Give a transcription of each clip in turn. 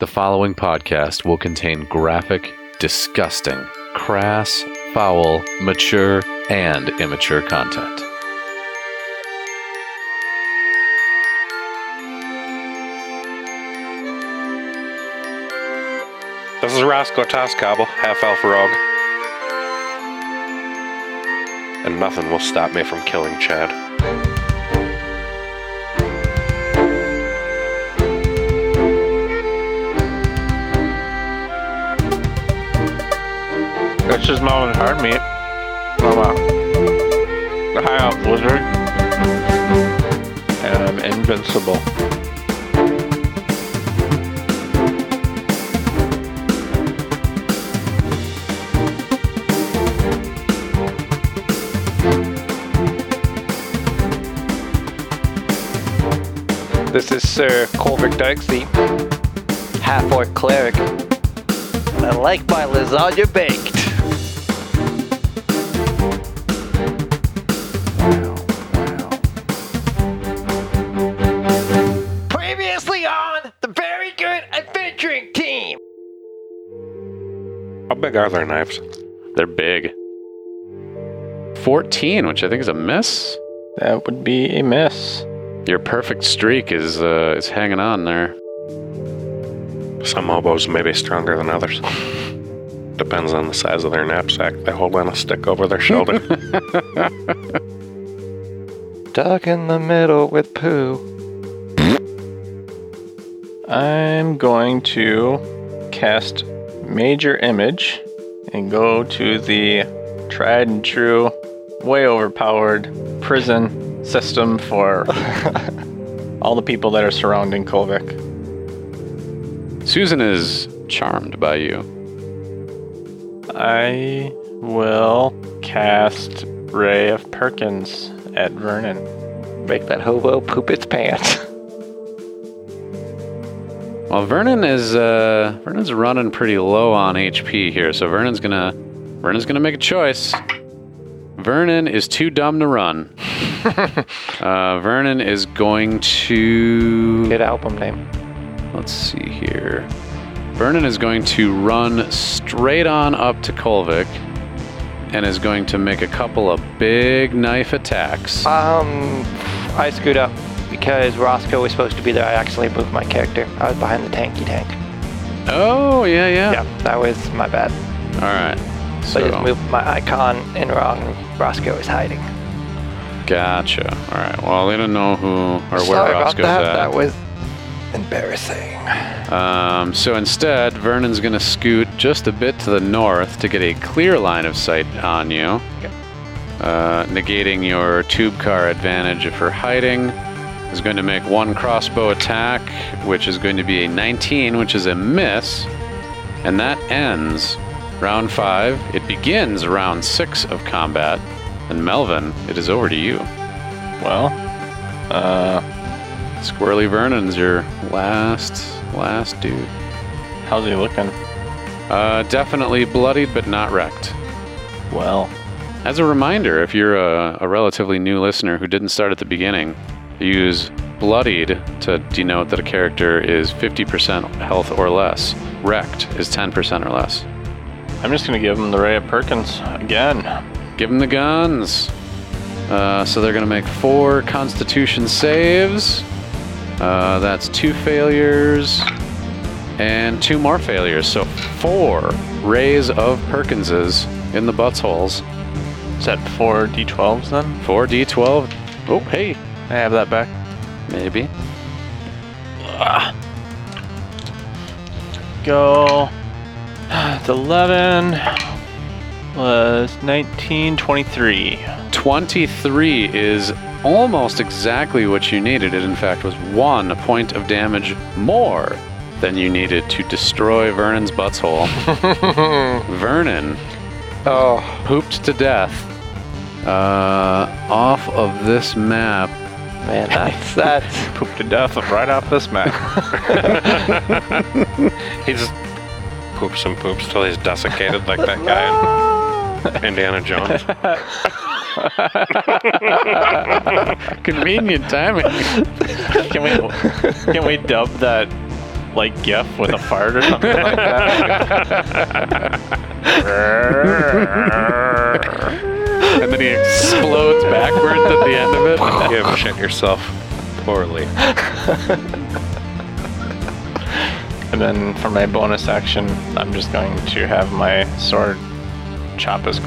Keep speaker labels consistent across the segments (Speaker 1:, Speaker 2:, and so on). Speaker 1: The following podcast will contain graphic, disgusting, crass, foul, mature, and immature content.
Speaker 2: This is Roscoe Toscobble, half elf rogue. And nothing will stop me from killing Chad. It's just more than hard meat. I'm a Oh, the high elf wizard. And I'm invincible. This is Sir Colvick Dykesy.
Speaker 3: half orc cleric. I like my lasagna baked. Previously on the very good adventuring team.
Speaker 2: How big are their knives?
Speaker 1: They're big. 14, which I think is a miss.
Speaker 4: That would be a miss.
Speaker 1: Your perfect streak is uh, is hanging on there.
Speaker 2: Some hobos may be stronger than others. Depends on the size of their knapsack. They hold on a stick over their shoulder.
Speaker 3: Duck in the middle with poo.
Speaker 4: I'm going to cast Major Image and go to the tried and true, way overpowered prison system for all the people that are surrounding Kolvik.
Speaker 1: Susan is charmed by you.
Speaker 4: I will cast Ray of Perkins at Vernon.
Speaker 3: Make that hobo poop its pants.
Speaker 1: Well, Vernon is uh, Vernon's running pretty low on HP here, so Vernon's gonna Vernon's gonna make a choice. Vernon is too dumb to run. uh, Vernon is going to
Speaker 3: Good album name.
Speaker 1: Let's see here. Vernon is going to run straight on up to Kolvik and is going to make a couple of big knife attacks.
Speaker 3: Um, I screwed up because Roscoe was supposed to be there. I accidentally moved my character. I was behind the tanky tank.
Speaker 1: oh, yeah, yeah.
Speaker 3: Yeah, that was my bad.
Speaker 1: All right.
Speaker 3: So I just
Speaker 1: So,
Speaker 3: moved my icon in wrong. Roscoe is hiding.
Speaker 1: gotcha. All right. Well, they don't know who or where
Speaker 3: Sorry about
Speaker 1: Roscoe's
Speaker 3: that.
Speaker 1: at.
Speaker 3: That was embarrassing.
Speaker 1: Um, so instead, Vernon's going to scoot just a bit to the north to get a clear line of sight on you, uh, negating your tube car advantage if you're hiding. Is going to make one crossbow attack, which is going to be a 19, which is a miss, and that ends round five. It begins round six of combat, and Melvin, it is over to you.
Speaker 4: Well, uh,
Speaker 1: Squirrely Vernon's your last, last dude.
Speaker 4: how's he looking?
Speaker 1: Uh, definitely bloodied, but not wrecked.
Speaker 4: Well,
Speaker 1: As a reminder, if you're a, a relatively new listener who didn't start at the beginning, use bloodied to denote that a character is 50% health or less. Wrecked is 10% or less.
Speaker 4: I'm just gonna give him the Ray of Perkins again.
Speaker 1: Give them the guns. Uh, so they're going to make four Constitution saves. Uh, that's two failures and two more failures. So four rays of Perkinses in the buttholes.
Speaker 4: Is that four d12s then?
Speaker 1: Four D12. Oh, hey,
Speaker 4: I have that back.
Speaker 1: maybe.
Speaker 4: Go. It's 11. Was 19, 23.
Speaker 1: 23 is almost exactly what you needed. It, in fact, was one point of damage more than you needed to destroy Vernon's butthole. Vernon,
Speaker 3: Oh,
Speaker 1: pooped to death uh, off of this map.
Speaker 3: man, that's that's
Speaker 4: Pooped to death right off this map.
Speaker 2: he just poops and poops till he's desiccated like that guy in Indiana Jones.
Speaker 1: Convenient timing.
Speaker 4: can we can we dub that like Gef with a fart or something like
Speaker 1: and then he explodes backwards at the end of it.
Speaker 2: You have shit yourself poorly.
Speaker 4: And then for my bonus action, I'm just going to have my sword chop his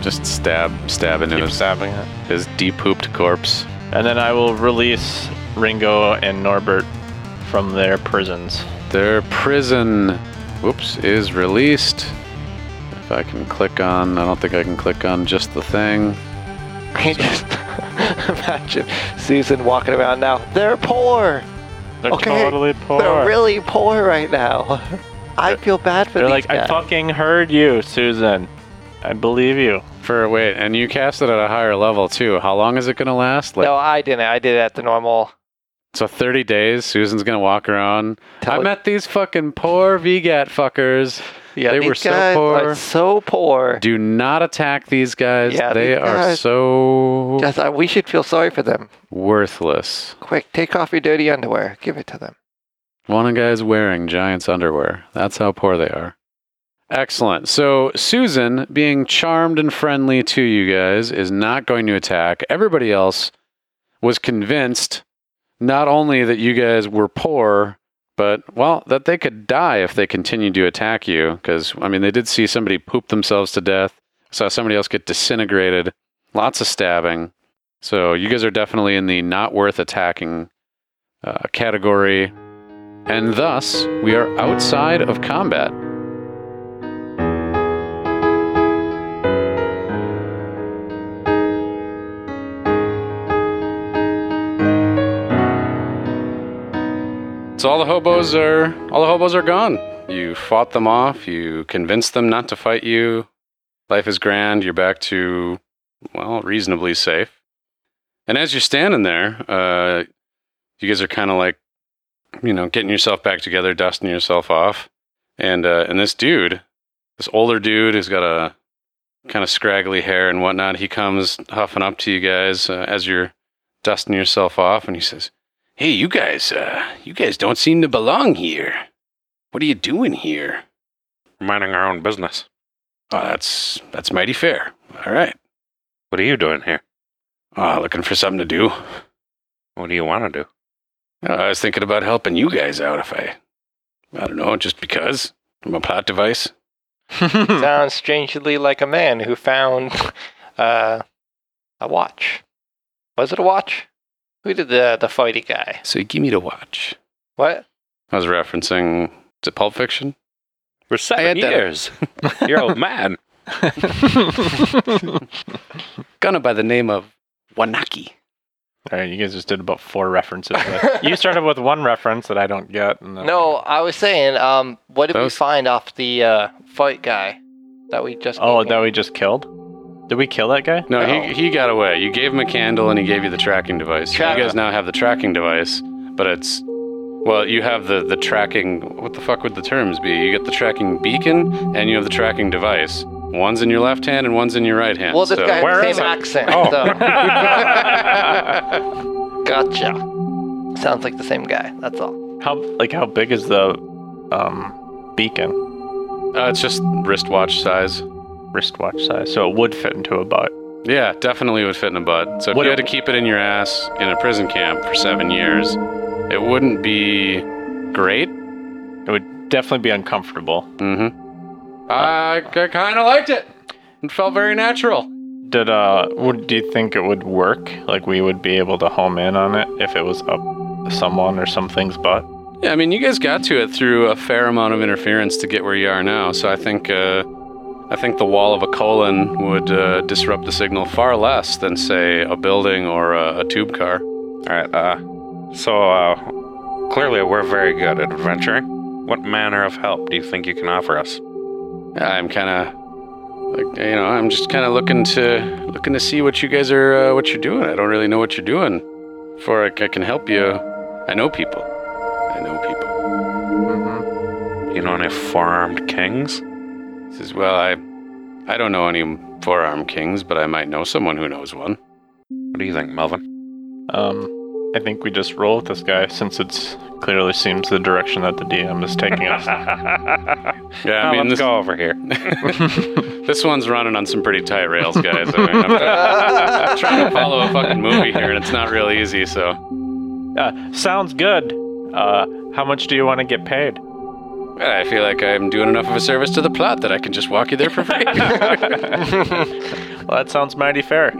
Speaker 1: Just stab, stab into
Speaker 4: keep
Speaker 1: his,
Speaker 4: stabbing it.
Speaker 1: his depooped corpse.
Speaker 4: And then I will release Ringo and Norbert from their prisons.
Speaker 1: Their prison, whoops, is released. If I can click on, I don't think I can click on just the thing.
Speaker 3: Can you just imagine Susan walking around now? They're poor.
Speaker 4: They're
Speaker 3: Okay,
Speaker 4: totally poor.
Speaker 3: They're really poor right now. I feel bad for
Speaker 4: They're
Speaker 3: these
Speaker 4: like, I
Speaker 3: guys.
Speaker 4: fucking heard you, Susan. I believe you.
Speaker 1: For wait, and you cast it at a higher level too. How long is it gonna last? Like
Speaker 3: no, I didn't. I did it at the normal.
Speaker 1: so, thirty days. Susan's gonna walk around. I
Speaker 3: tele-
Speaker 1: met these fucking poor VGAT fuckers.
Speaker 3: yeah,
Speaker 1: they
Speaker 3: these
Speaker 1: were so
Speaker 3: guys are
Speaker 1: poor.
Speaker 3: so poor.
Speaker 1: Do not attack these guys.
Speaker 3: Yeah,
Speaker 1: they
Speaker 3: these
Speaker 1: are
Speaker 3: guys-
Speaker 1: so
Speaker 3: Just, uh, we should feel sorry for them.
Speaker 1: worthless.
Speaker 3: Quick, take off your dirty underwear. Give it to them.
Speaker 1: One guy's wearing Giants underwear. That's how poor they are. Excellent. So Susan, being charmed and friendly to you guys, is not going to attack. Everybody else was convinced not only that you guys were poor, but well, that they could die if they continued to attack you. Because I mean, they did see somebody poop themselves to death. Saw somebody else get disintegrated. Lots of stabbing. So you guys are definitely in the not worth attacking uh, category. And thus, we are outside of combat. So all the hobos are all the hobos are gone. You fought them off, you convinced them not to fight you. Life is grand, you're back to well, reasonably safe. And as you're standing there, uh, you guys are kind of like you know, getting yourself back together, dusting yourself off. And uh, and this dude, this older dude who's got a kind of scraggly hair and whatnot, he comes huffing up to you guys uh, as you're dusting yourself off, and he says, "Hey, you guys, uh, you guys don't seem to belong here. What are you doing here?
Speaker 2: Minding our own business.
Speaker 1: Oh, that's that's mighty fair. All right,
Speaker 2: What are you doing here?
Speaker 1: uh, looking for something to do.
Speaker 2: What do you want to do?
Speaker 1: Uh, I was thinking about helping you guys out if I, I don't know, just because I'm a plot device." Hmm.
Speaker 3: Sounds strangely like a man who found uh, a watch. Was it a watch? Who did the the fighty guy?
Speaker 1: So give me the watch.
Speaker 3: What?
Speaker 1: I was referencing to Pulp Fiction.
Speaker 2: For
Speaker 1: had
Speaker 2: seven
Speaker 1: that-
Speaker 2: years. You're old man.
Speaker 1: Gunner by the name of Wanaki.
Speaker 4: All right, you guys just did about four references. but you started with one reference that I don't get. And then
Speaker 3: No, I was saying, um, what did we
Speaker 1: Those-
Speaker 3: find off the uh, fight guy that we just?
Speaker 4: Oh,
Speaker 3: named?
Speaker 4: that we just killed? Did we kill that guy?
Speaker 1: No,
Speaker 3: No.
Speaker 1: He, he got away. You gave him a candle and he gave you the tracking device.
Speaker 3: Tracking.
Speaker 1: You guys now have the tracking device, but it's. Well, you have the, the tracking. What the fuck would the terms be? You get the tracking beacon and you have the tracking device. One's in your left hand and one's in your right hand.
Speaker 3: Well, this
Speaker 1: so-
Speaker 3: guy
Speaker 2: where
Speaker 3: had the
Speaker 2: is
Speaker 3: same
Speaker 2: it?
Speaker 3: accent.
Speaker 2: Oh.
Speaker 3: so- gotcha. Sounds like the same guy. That's all.
Speaker 4: How like how big is the um, beacon
Speaker 1: Uh, it's just wristwatch size.
Speaker 4: wristwatch size? So it would fit into a butt.
Speaker 1: Yeah, definitely would fit in a butt. So if
Speaker 4: What
Speaker 1: you
Speaker 4: it-
Speaker 1: had to keep it in your ass in a prison camp for seven years, it wouldn't be great.
Speaker 4: It would definitely be uncomfortable.
Speaker 1: Mm-hmm. I, kind of liked it. It felt very natural.
Speaker 4: Did uh, would do you think it would work? Like we would be able to home in on it if it was up someone or something's butt?
Speaker 1: Yeah, I mean, you guys got to it through a fair amount of interference to get where you are now. So I think, uh, I think the wall of a colon would uh, disrupt the signal far less than, say, a building or a, a tube car.
Speaker 2: All right. Uh, so uh, clearly we're very good at adventuring. What manner of help do you think you can offer us?
Speaker 1: I'm kind of, like, you know, I'm just kind of looking to looking to see what you guys are, uh, what you're doing. I don't really know what you're doing. Before I, c- I can help you, I know people. I know people.
Speaker 4: Mm-hmm.
Speaker 2: You know any four-armed kings?
Speaker 1: He says, Well, I I don't know any four armed kings, but I might know someone who knows one.
Speaker 2: What do you think, Melvin?
Speaker 4: Um, I think we just roll with this guy since it's Clearly seems the direction that the DM is taking us.
Speaker 1: Yeah, I
Speaker 2: Well,
Speaker 1: mean,
Speaker 2: let's
Speaker 1: this,
Speaker 2: go over here.
Speaker 1: this one's running on some pretty tight rails, guys. I mean, I'm, trying, I'm trying to follow a fucking movie here, and it's not real easy, so.
Speaker 4: Uh, sounds good. Uh, how much do you want to get paid?
Speaker 1: I feel like I'm doing enough of a service to the plot that I can just walk you there for free.
Speaker 4: Well, that sounds mighty fair.
Speaker 1: I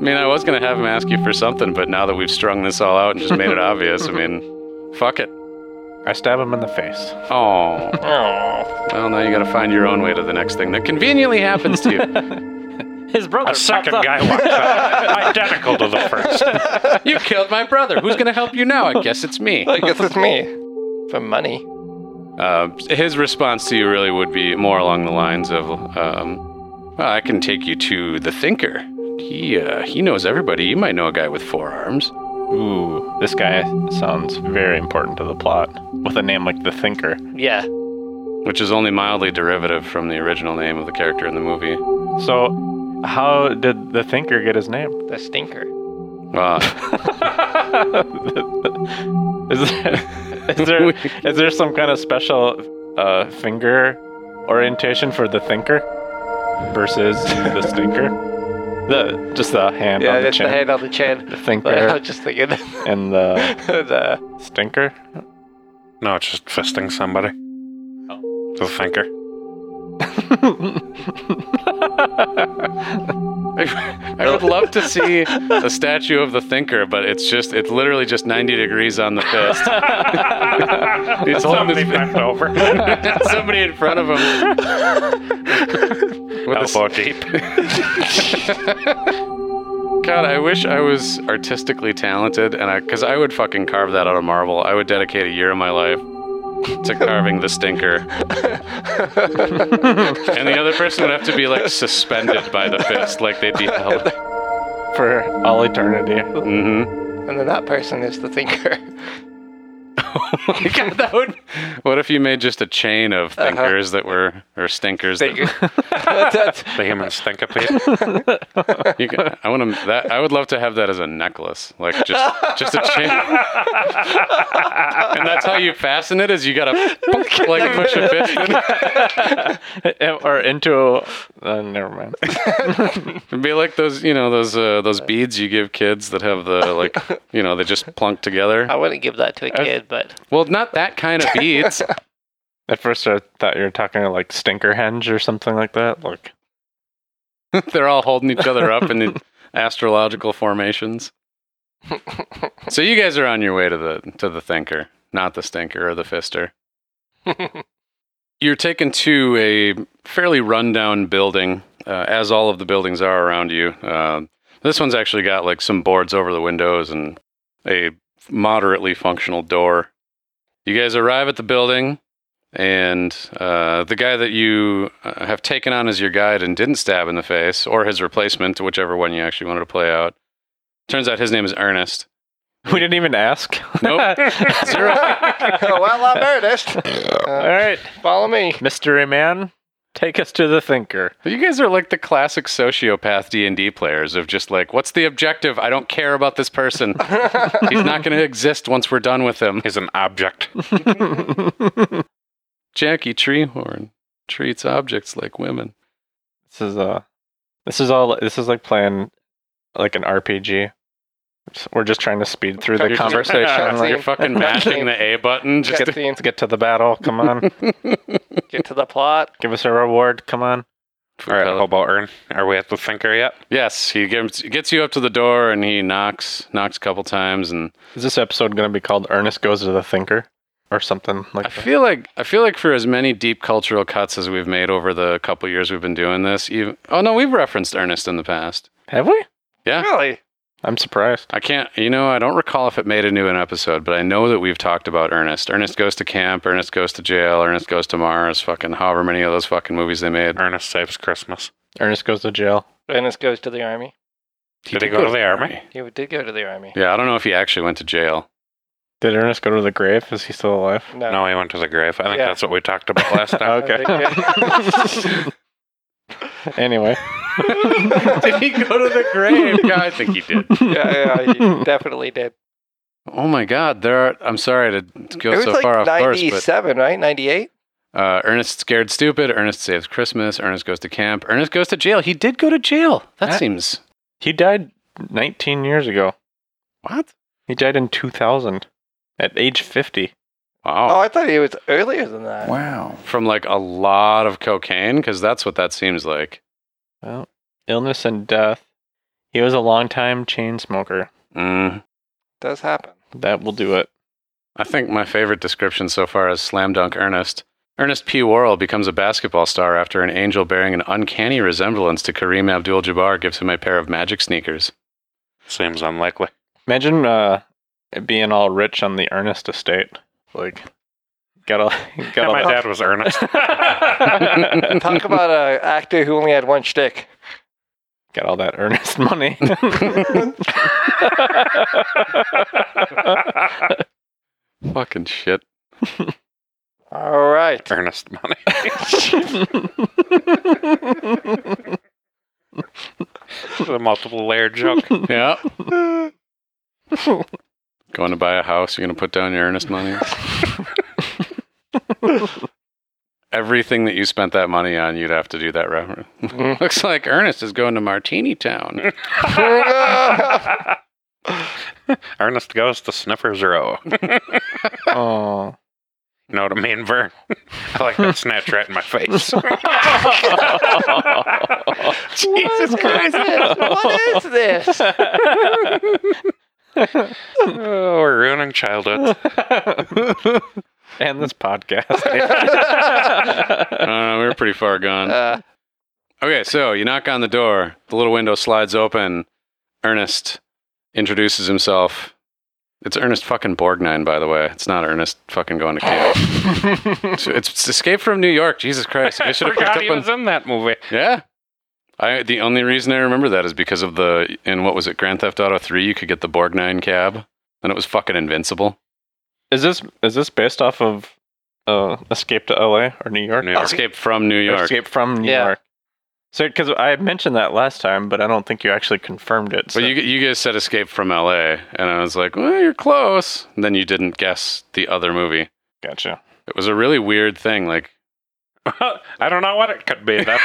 Speaker 1: mean, I was going to have him ask you for something, but now that we've strung this all out and just made it obvious, I mean, fuck it.
Speaker 4: I stab him in the face.
Speaker 1: Oh,
Speaker 3: Oh,
Speaker 1: well, now you got to find your own way to the next thing that conveniently happens to you.
Speaker 4: His brother.
Speaker 2: A second guy walks up, identical to the first.
Speaker 1: You killed my brother. Who's going to help you now? I guess it's me.
Speaker 3: I guess it's me. For money.
Speaker 1: Uh, his response to you really would be more along the lines of, um, well, "I can take you to the Thinker. He uh, he knows everybody. You might know a guy with four arms.
Speaker 4: Ooh, this guy sounds very important to the plot. With a name like the Thinker.
Speaker 3: Yeah.
Speaker 1: Which is only mildly derivative from the original name of the character in the movie.
Speaker 4: So, how did the Thinker get his name?
Speaker 3: The stinker.
Speaker 1: Well,
Speaker 4: Is there, is there is there some kind of special uh, finger orientation for the thinker versus the stinker? The just the hand
Speaker 3: yeah,
Speaker 4: on the
Speaker 3: that's
Speaker 4: chin,
Speaker 3: the head on the chin.
Speaker 4: the
Speaker 3: But I
Speaker 4: thinker,
Speaker 3: was just thinking the,
Speaker 4: and the stinker.
Speaker 2: No, it's just fisting somebody. To the thinker.
Speaker 1: I would love to see a statue of the Thinker, but it's just it's literally just 90 degrees on the fist. He's holding
Speaker 2: Somebody
Speaker 1: his
Speaker 2: bent over.
Speaker 1: somebody in front of him. With a
Speaker 2: Elbow deep.
Speaker 1: God, I wish I was artistically talented, and I, because I would fucking carve that out of marble. I would dedicate a year of my life to carving the stinker, and the other person would have to be like suspended by the fist, like they'd be held.
Speaker 4: for all eternity.
Speaker 1: Mm-hmm.
Speaker 3: and then that person is the thinker.
Speaker 1: God, that would. What if you made just a chain of thinkers that were or stinkers? that-
Speaker 3: Thinker. that's,
Speaker 2: The human stinkapede.
Speaker 1: you could- I want to. That I would love to have that as a necklace, like just just a chain. and that's how you fasten it. Is you gotta like push a fist. in.
Speaker 4: Eh, or into uh, never mind.
Speaker 1: It'd be like those, you know, those uh, those beads you give kids that have the like, you know, they just plunk together.
Speaker 3: I wouldn't give that to a kid, but
Speaker 1: Well, not that kind of beads.
Speaker 4: At first, I thought you were talking like stinker henge or something like that. Like
Speaker 1: They're all holding each other up in the astrological formations. So you guys are on your way to the to the thinker, not the stinker or the fister. You're taken to a fairly rundown building, uh, as all of the buildings are around you. Uh, this one's actually got like some boards over the windows and a moderately functional door. You guys arrive at the building, and uh, the guy that you uh, have taken on as your guide and didn't stab in the face, or his replacement, whichever one you actually wanted to play out. Turns out his name is Ernest.
Speaker 4: we didn't even ask.
Speaker 1: Nope. Zero.
Speaker 3: Oh, well, I'm Ernest.
Speaker 4: all right.
Speaker 3: Uh, Follow me.
Speaker 4: Mystery Man, take us to the thinker.
Speaker 1: You guys are like the classic sociopath D and D players of just like, what's the objective? I don't care about this person. He's not going to exist once we're done with him.
Speaker 2: He's an object.
Speaker 4: this
Speaker 1: Jackie Treehorn treats objects like women.
Speaker 4: is uh this is all this is like playing like an RPG. We're just trying to speed through the
Speaker 1: You're just-
Speaker 4: conversation like,
Speaker 1: You're fucking mashing the A button. Just
Speaker 3: Get
Speaker 1: to-
Speaker 3: the,
Speaker 4: to get to the battle. Come on.
Speaker 3: get to the plot.
Speaker 4: Give us a reward. Come on.
Speaker 2: All right, Hobo Ern. Are we at the thinker yet?
Speaker 1: yes, he gives, gets you up to the door and he knocks, knocks a couple times, and
Speaker 4: Is this episode going to be called Ernest Goes to the Thinker or something
Speaker 1: I
Speaker 4: like that?
Speaker 1: feel like I feel like for as many deep cultural cuts as we've made over the couple years we've been doing this, even oh no, we've referenced Ernest in the past.
Speaker 4: Have we?
Speaker 3: Really?
Speaker 4: I'm surprised.
Speaker 1: I can't, you know, I don't recall if it made it into an episode, but I know that we've talked about Ernest. Ernest goes to camp, Ernest goes to jail, Ernest goes to Mars, fucking however many of those fucking movies they made.
Speaker 2: Ernest saves Christmas.
Speaker 4: Ernest Goes to Jail.
Speaker 3: Ernest goes to the army.
Speaker 2: Did he go to the army?
Speaker 3: He did go to the army.
Speaker 1: Yeah, I don't know if he actually went to jail.
Speaker 4: Did Ernest go to the grave? Is he still alive?
Speaker 3: No.
Speaker 2: No, he went to the grave. I think
Speaker 3: Yeah.
Speaker 2: that's what we talked about last time.
Speaker 4: Okay. Anyway.
Speaker 1: did he go to the grave? Yeah, I think he did.
Speaker 3: yeah, yeah, he definitely did.
Speaker 1: Oh my God! There are. I'm sorry to go
Speaker 3: it was
Speaker 1: so
Speaker 3: like
Speaker 1: far off course, but
Speaker 3: 97, right? 98?
Speaker 1: Uh, Ernest scared stupid. Ernest saves Christmas. Ernest goes to camp. Ernest goes to jail. He did go to jail. That,
Speaker 4: That-
Speaker 1: seems
Speaker 4: He died 19 years ago.
Speaker 1: what?
Speaker 4: He died in 2000 at age 50.
Speaker 1: Wow.
Speaker 3: Oh, I thought it was earlier than that.
Speaker 5: Wow.
Speaker 1: From like a lot of cocaine, because that's what that seems like.
Speaker 4: Well, illness and death. He was a long-time chain smoker.
Speaker 1: Mm.
Speaker 3: does happen.
Speaker 4: That will do it.
Speaker 1: I think my favorite description so far is slam dunk Ernest. Ernest P. Worrell becomes a basketball star after an angel bearing an uncanny resemblance to Kareem Abdul-Jabbar gives him a pair of magic sneakers.
Speaker 2: Seems unlikely.
Speaker 4: Imagine uh, being all rich on the Ernest estate. Like, got all, got
Speaker 2: Yeah,
Speaker 4: all
Speaker 2: my dad was Ernest.
Speaker 4: that.
Speaker 3: Talk about an actor who only had one shtick.
Speaker 4: got all that Ernest money.
Speaker 1: Fucking shit.
Speaker 3: All right.
Speaker 2: Ernest money. It's a multiple layer joke.
Speaker 1: Yeah. going to buy a house, you're going to put down your earnest money. Everything that you spent that money on, you'd have to do that reference.
Speaker 2: Mm-hmm.
Speaker 1: Looks like Ernest is going to Martini Town.
Speaker 2: Ernest goes to Sniffer's Row. You
Speaker 4: oh.
Speaker 2: know what I mean, Vern? I like that snatch right in my face.
Speaker 3: Jesus Christ. What is this?
Speaker 2: Oh, we're ruining childhood.
Speaker 4: and this podcast.
Speaker 1: I don't know, Uh, we were pretty far gone.
Speaker 3: Uh,
Speaker 1: Okay, so you knock on the door, the little window slides open. Ernest introduces himself. It's Ernest fucking Borgnine, by the way. It's not Ernest fucking going to camp. it's, it's Escape from New York. Jesus Christ. I should have picked
Speaker 2: Forgot
Speaker 1: up
Speaker 2: he
Speaker 1: on
Speaker 2: was in that movie.
Speaker 1: Yeah. I the only reason I remember that is because of the in what was it Grand Theft Auto 3 you could get the Borgnine cab and it was fucking invincible.
Speaker 4: is this is this based off of uh, Escape to LA or New York?
Speaker 2: New York.
Speaker 1: Escape from New
Speaker 4: Or
Speaker 1: York.
Speaker 4: Escape from New
Speaker 3: Yeah.
Speaker 4: York. So, because I mentioned that last time, but I don't think you actually confirmed it. So.
Speaker 1: But you you guys said Escape from LA and I was like, "Well, you're close." And then you didn't guess the other movie.
Speaker 4: gotcha.
Speaker 1: It was a really weird thing like
Speaker 2: I don't know what it could be. That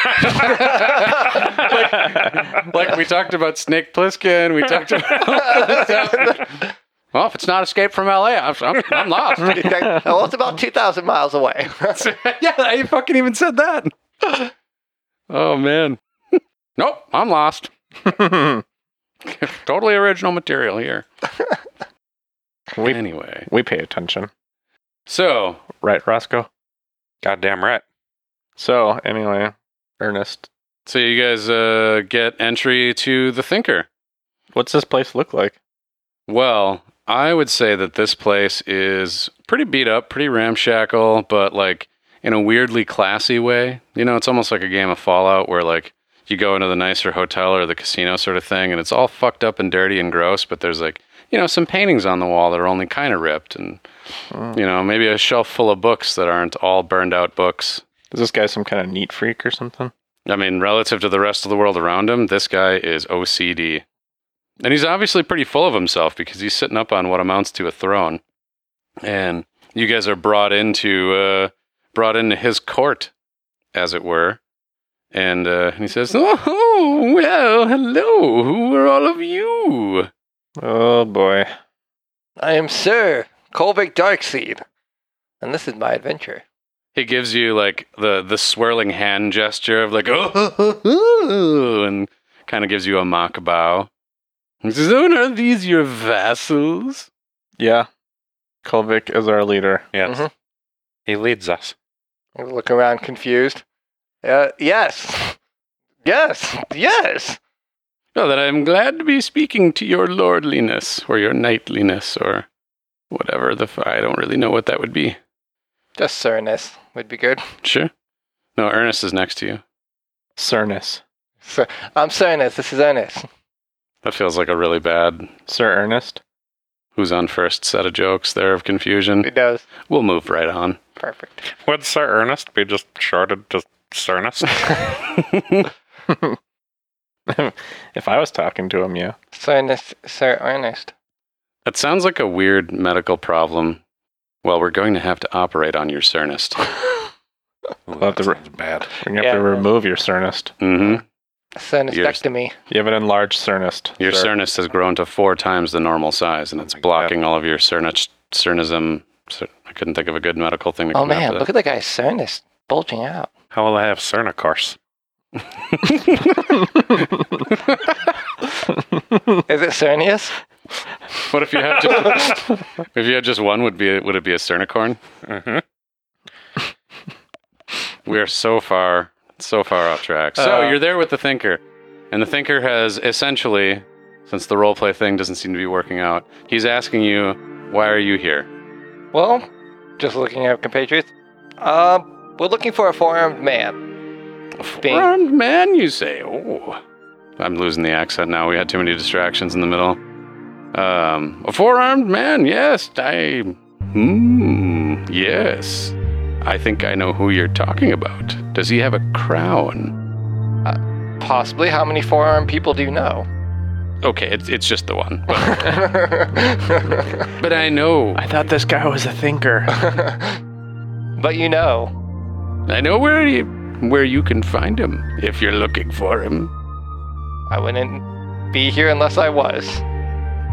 Speaker 1: like we talked about Snake Plissken, we talked about Well, if it's not Escape from LA, I'm, I'm, I'm lost.
Speaker 3: well, it's about 2,000 miles away.
Speaker 1: yeah, I fucking even said that. oh man. nope, I'm lost. totally original material here.
Speaker 4: We-
Speaker 1: anyway,
Speaker 4: we pay attention,
Speaker 1: so
Speaker 4: right, Roscoe?
Speaker 2: goddamn right.
Speaker 4: So, anyway, Ernest,
Speaker 1: so you guys uh, get entry to the Thinker.
Speaker 4: what's this place look like?
Speaker 1: Well, I would say that this place is pretty beat up, pretty ramshackle, but like in a weirdly classy way. You know, it's almost like a game of Fallout where like you go into the nicer hotel or the casino sort of thing and it's all fucked up and dirty and gross, but there's like, you know, some paintings on the wall that are only kind of ripped and,
Speaker 4: Mm.
Speaker 1: you know, maybe a shelf full of books that aren't all burned out books.
Speaker 4: Is this guy some kind of neat freak or something?
Speaker 1: I mean, relative to the rest of the world around him, this guy is OCD. And he's obviously pretty full of himself because he's sitting up on what amounts to a throne. And you guys are brought into uh, brought into his court, as it were. And uh, he says, "Oh, well, hello. Who are all of you?"
Speaker 4: Oh boy.
Speaker 3: I am Sir Colvick Darkseed, and this is my adventure.
Speaker 1: He gives you like the the swirling hand gesture of like oh, and kind of gives you a mock bow. He says, "Oh, are these your vassals?"
Speaker 4: Yeah. Kolvik is our leader.
Speaker 2: Yes.
Speaker 3: Mhm.
Speaker 2: He leads us.
Speaker 3: I look around confused. Uh, yes. Yes. Yes.
Speaker 1: Oh, that I am glad to be speaking to your lordliness or your knightliness or whatever the f- I don't really know what that would be.
Speaker 3: Just Sirness would be good.
Speaker 1: Sure. No, Ernest is next to you.
Speaker 4: Cernus.
Speaker 3: So, I'm Sirness. This is Ernest.
Speaker 1: That feels like a really bad
Speaker 4: Sir Ernest.
Speaker 1: who's on first set of jokes there of confusion.
Speaker 3: It does.
Speaker 1: We'll move right on.
Speaker 3: Perfect.
Speaker 2: Would Sir Ernest be just shorted to Cernus?
Speaker 4: if I was talking to him, yeah.
Speaker 3: Sirness. Sir Ernest.
Speaker 1: That sounds like a weird medical problem. Well, we're going to have to operate on your Cernist.
Speaker 2: Ooh,
Speaker 4: Well, the-
Speaker 2: that sounds bad.
Speaker 4: We're gonna
Speaker 3: Yeah.
Speaker 4: have to remove your cernist.
Speaker 1: Mm-hmm.
Speaker 3: Sinistectomy.
Speaker 4: You have an enlarged cernist.
Speaker 1: Your
Speaker 4: sir.
Speaker 1: Cernist has grown to four times the normal size, and it's
Speaker 2: Oh my God.
Speaker 1: blocking all of your Cernist, Cernism. Cer- I couldn't think of a good medical thing to
Speaker 3: Oh
Speaker 1: come
Speaker 3: man,
Speaker 1: after
Speaker 3: look at the guy's sinus bulging out.
Speaker 2: How will I have Cernicars?
Speaker 3: Is it Cernius?
Speaker 1: that. What if you had just, if you had just one? Would be would it be a Cernicorn?
Speaker 2: Mm-hmm.
Speaker 1: We are so far, so far off track. So
Speaker 4: Uh,
Speaker 1: you're there with the thinker, and the thinker has essentially, since the roleplay thing doesn't seem to be working out, he's asking you, "Why are you here?"
Speaker 3: Well, just looking at compatriots. Uh, we're looking for a four-armed man. Bing.
Speaker 1: Armed man, you say? Oh, I'm losing the accent now. We had too many distractions in the middle. Um, a four-armed man. Yes, I. Hmm. Yes, I think I know who you're talking about. Does he have a crown?
Speaker 3: Possibly. How many four-armed people do you know?
Speaker 1: Okay, it's it's just the one. But, but I know.
Speaker 4: I thought this guy was a thinker.
Speaker 3: but you know.
Speaker 1: I know where you where you can find him if you're looking for him.
Speaker 3: I wouldn't be here unless I was.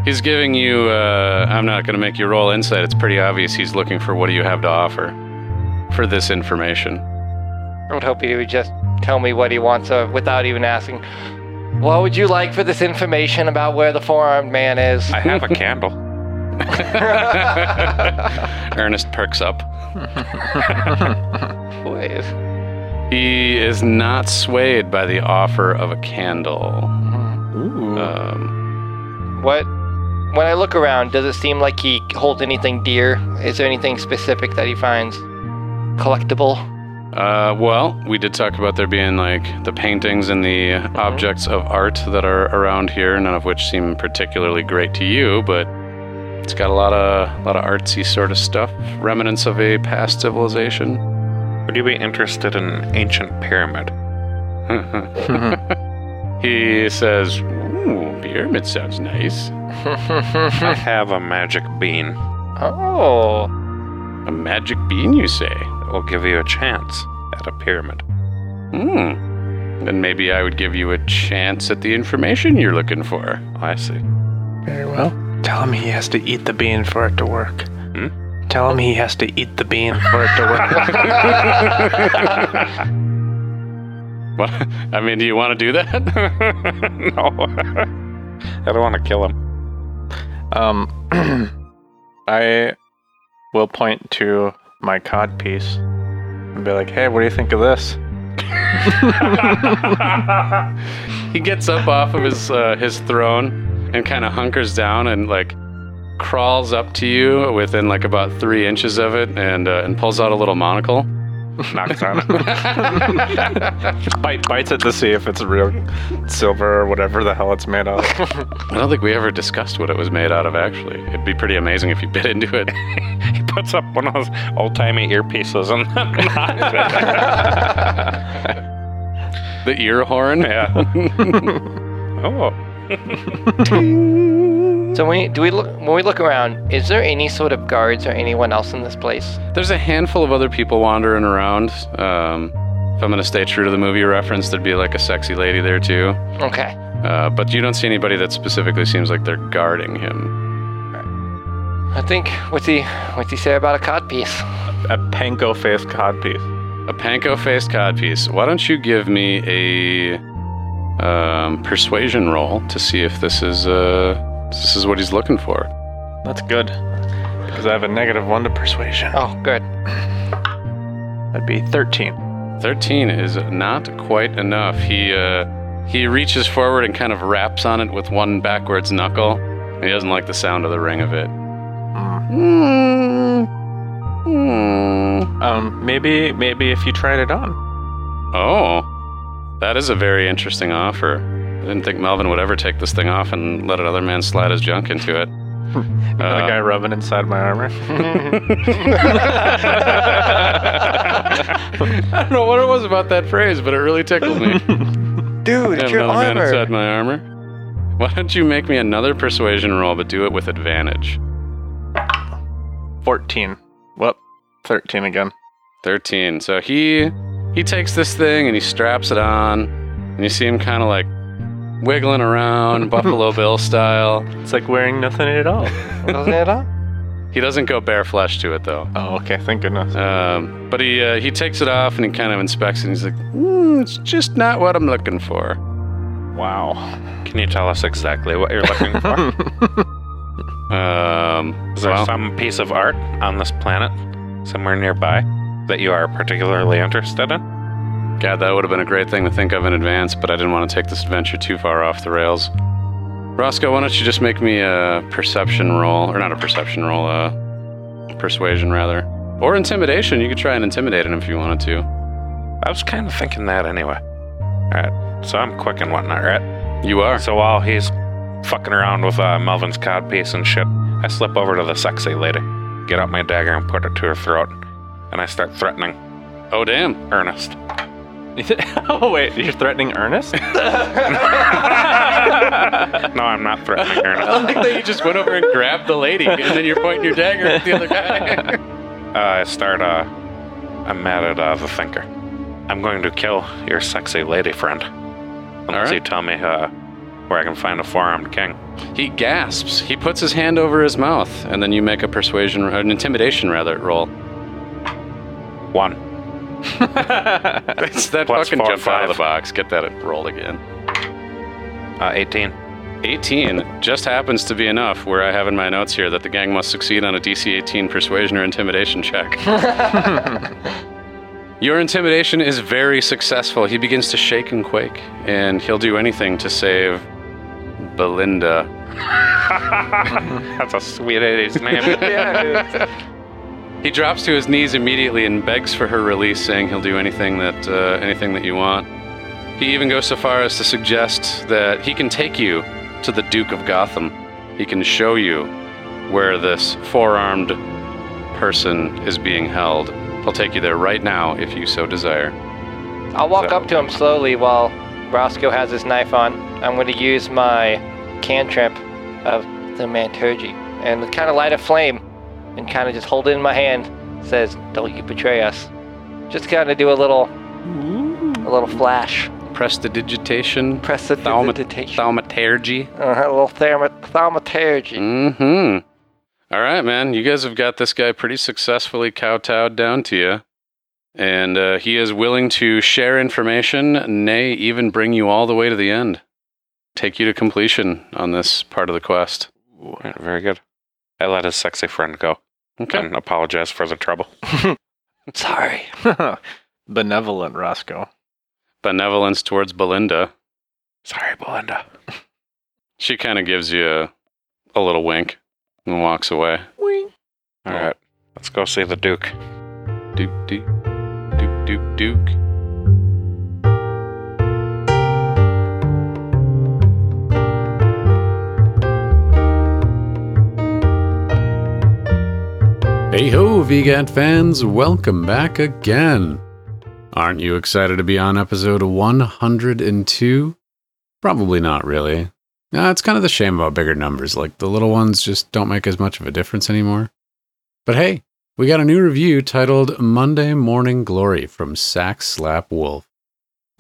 Speaker 1: He's giving you. Uh, I'm not going to make you roll insight. It's pretty obvious he's looking for what do you have to offer for this information.
Speaker 3: I would hope he would just tell me what he wants uh, without even asking. What would you like for this information about where the four-armed man is?
Speaker 2: I have a candle.
Speaker 1: Ernest perks up.
Speaker 3: Please.
Speaker 1: He is not swayed by the offer of a candle.
Speaker 4: Ooh.
Speaker 1: Um,
Speaker 3: What? When I look around, does it seem like he holds anything dear? Is there anything specific that he finds collectible?
Speaker 1: uh, well, we did talk about there being like the paintings and the objects of art that are around here, none of which seem particularly great to you, but it's got a lot of lot of artsy sort of stuff, remnants of a past civilization.
Speaker 2: Would you be interested in an ancient pyramid?
Speaker 1: he says, "Ooh, pyramid sounds nice.
Speaker 2: I have a magic bean.
Speaker 3: oh,
Speaker 1: A magic bean, you say?"
Speaker 2: It will give you a chance at a pyramid.
Speaker 1: Hmm. Then maybe I would give you a chance at the information you're looking for.
Speaker 2: Oh, I see.
Speaker 4: Very well. Tell him he has to eat the bean for it to work.
Speaker 2: Hmm?
Speaker 4: Tell him he has to eat the bean for it to work.
Speaker 1: What? I mean, do you want to do that?
Speaker 2: no. I don't want to kill him.
Speaker 4: um, I will point to my cod piece and be like, "Hey, what do you think of this?"
Speaker 1: he gets up off of his uh, his throne and kind of hunkers down and like crawls up to you within like about three inches of it and uh, and pulls out a little monocle.
Speaker 2: Knocks on it.
Speaker 4: Bite bites it to see if it's real silver or whatever the hell it's made of.
Speaker 1: I don't think we ever discussed what it was made out of. Actually, it'd be pretty amazing if you bit into it.
Speaker 2: he puts up one of those old timey earpieces and knocks it.
Speaker 1: The ear horn.
Speaker 2: Yeah. oh.
Speaker 3: so when we, do we look when we look around? Is there any sort of guards or anyone else in this place?
Speaker 1: There's a handful of other people wandering around. Um, if I'm going to stay true to the movie reference, there'd be like a sexy lady there too.
Speaker 3: Okay.
Speaker 1: Uh, but you don't see anybody that specifically seems like they're guarding him.
Speaker 3: I think what's he what's he say about a codpiece?
Speaker 4: A panko faced cod piece.
Speaker 1: A panko faced codpiece. Why don't you give me a um, persuasion roll to see if this is uh, this is what he's looking for?
Speaker 4: That's good. Because I have a negative one to persuasion.
Speaker 3: Oh, good.
Speaker 4: That'd be 13.
Speaker 1: 13 is not quite enough. He uh, he reaches forward and kind of raps on it with one backwards knuckle. He doesn't like the sound of the ring of it.
Speaker 4: Hmm. Um, maybe, maybe if you tried it on.
Speaker 1: Oh, that is a very interesting offer. I didn't think Melvin would ever take this thing off and let another man slide his junk into it.
Speaker 4: Another
Speaker 1: Uh,
Speaker 4: guy rubbing inside my armor.
Speaker 1: I don't know what it was about that phrase, but it really tickled me.
Speaker 3: Dude,
Speaker 1: Have
Speaker 3: it's your
Speaker 1: another man
Speaker 3: armor.
Speaker 1: inside my armor. Why don't you make me another persuasion roll, but do it with advantage?
Speaker 4: 14. Whoop. 13 again.
Speaker 1: 13. So he he takes this thing and he straps it on, and you see him kind of like wiggling around Buffalo Bill style.
Speaker 4: It's like wearing nothing at all.
Speaker 3: Doesn't it up?
Speaker 1: He doesn't go bare flesh to it though.
Speaker 4: oh, okay. Thank goodness.
Speaker 1: Um, but he uh, he takes it off and he kind of inspects it. And he's like, mm, "It's just not what I'm looking for."
Speaker 4: wow.
Speaker 2: Can you tell us exactly what you're looking for?
Speaker 1: Um,
Speaker 2: Is there
Speaker 1: well,
Speaker 2: some piece of art on this planet, somewhere nearby, that you are particularly interested in?
Speaker 1: God, that would have been a great thing to think of in advance, but I didn't want to take this adventure too far off the rails. Roscoe, why don't you just make me a perception roll, or not a perception roll, uh, persuasion rather, or intimidation? You could try and intimidate him if you wanted to.
Speaker 2: I was kind of thinking that anyway. Alright, so I'm quick and whatnot, right?
Speaker 1: You are.
Speaker 2: So while he's fucking around with uh, Melvin's codpiece and shit, I slip over to the sexy lady, get out my dagger and put it to her throat, and I start threatening
Speaker 1: Oh damn!
Speaker 2: Ernest.
Speaker 4: oh, wait. You're threatening Ernest?
Speaker 2: No, I'm not threatening Ernest.
Speaker 1: I think that you just went over and grabbed the lady, and then you're pointing your dagger at the other guy.
Speaker 2: Uh, I start, uh, I'm mad at uh, the thinker. I'm going to kill your sexy lady friend. Unless
Speaker 1: Alright.
Speaker 2: you tell me uh, where I can find a four armed king.
Speaker 1: he gasps. He puts his hand over his mouth, and then you make a persuasion, or an intimidation rather, roll.
Speaker 2: One.
Speaker 1: It's that
Speaker 2: Plus
Speaker 1: fucking
Speaker 2: four,
Speaker 1: jump out of
Speaker 2: five.
Speaker 1: the box. Get that rolled again.
Speaker 2: Uh, 18.
Speaker 1: 18 just happens to be enough where I have in my notes here that the gang must succeed on a DC 18 persuasion or intimidation check. Your intimidation is very successful. He begins to shake and quake, and he'll do anything to save Belinda.
Speaker 2: That's a sweet 80s name.
Speaker 1: He drops to his knees immediately and begs for her release, saying he'll do anything that uh, anything that you want. He even goes so far as to suggest that he can take you to the Duke of Gotham. He can show you where this four-armed person is being held. He'll take you there right now if you so desire.
Speaker 3: I'll walk up to him slowly while Roscoe has his knife on. I'm going to use my cantrip of thaumaturgy and kind of light a flame and kind of just hold it in my hand. Says, "Don't you betray us." Just kind of do a little, a little flash,
Speaker 1: Prestidigitation,
Speaker 3: press it
Speaker 1: Thauma-
Speaker 3: thaumaturgy,
Speaker 1: thaumaturgy.
Speaker 3: uh, a little therma- thaumaturgy.
Speaker 1: Mm-hmm. All right, man. You guys have got this guy pretty successfully kowtowed down to you. And uh, he is willing to share information, nay, even bring you all the way to the end. Take you to completion on this part of the quest.
Speaker 2: Yeah, Very good. I let his sexy friend go
Speaker 1: Okay.
Speaker 2: and apologize for the trouble.
Speaker 3: Sorry.
Speaker 4: Benevolent Roscoe.
Speaker 1: Benevolence towards Belinda.
Speaker 2: Sorry, Belinda.
Speaker 1: She kind of gives you a, a little wink and walks away.
Speaker 2: All right, let's go see the Duke.
Speaker 1: Duke, Duke, Duke, Duke, Duke. Hey ho, VGAT fans, welcome back again. Aren't you excited to be on episode 102? Probably not really. Nah, it's kind of the shame about bigger numbers, like the little ones just don't make as much of a difference anymore. But hey, we got a new review titled Monday Morning Glory from Sack Slap Wolf.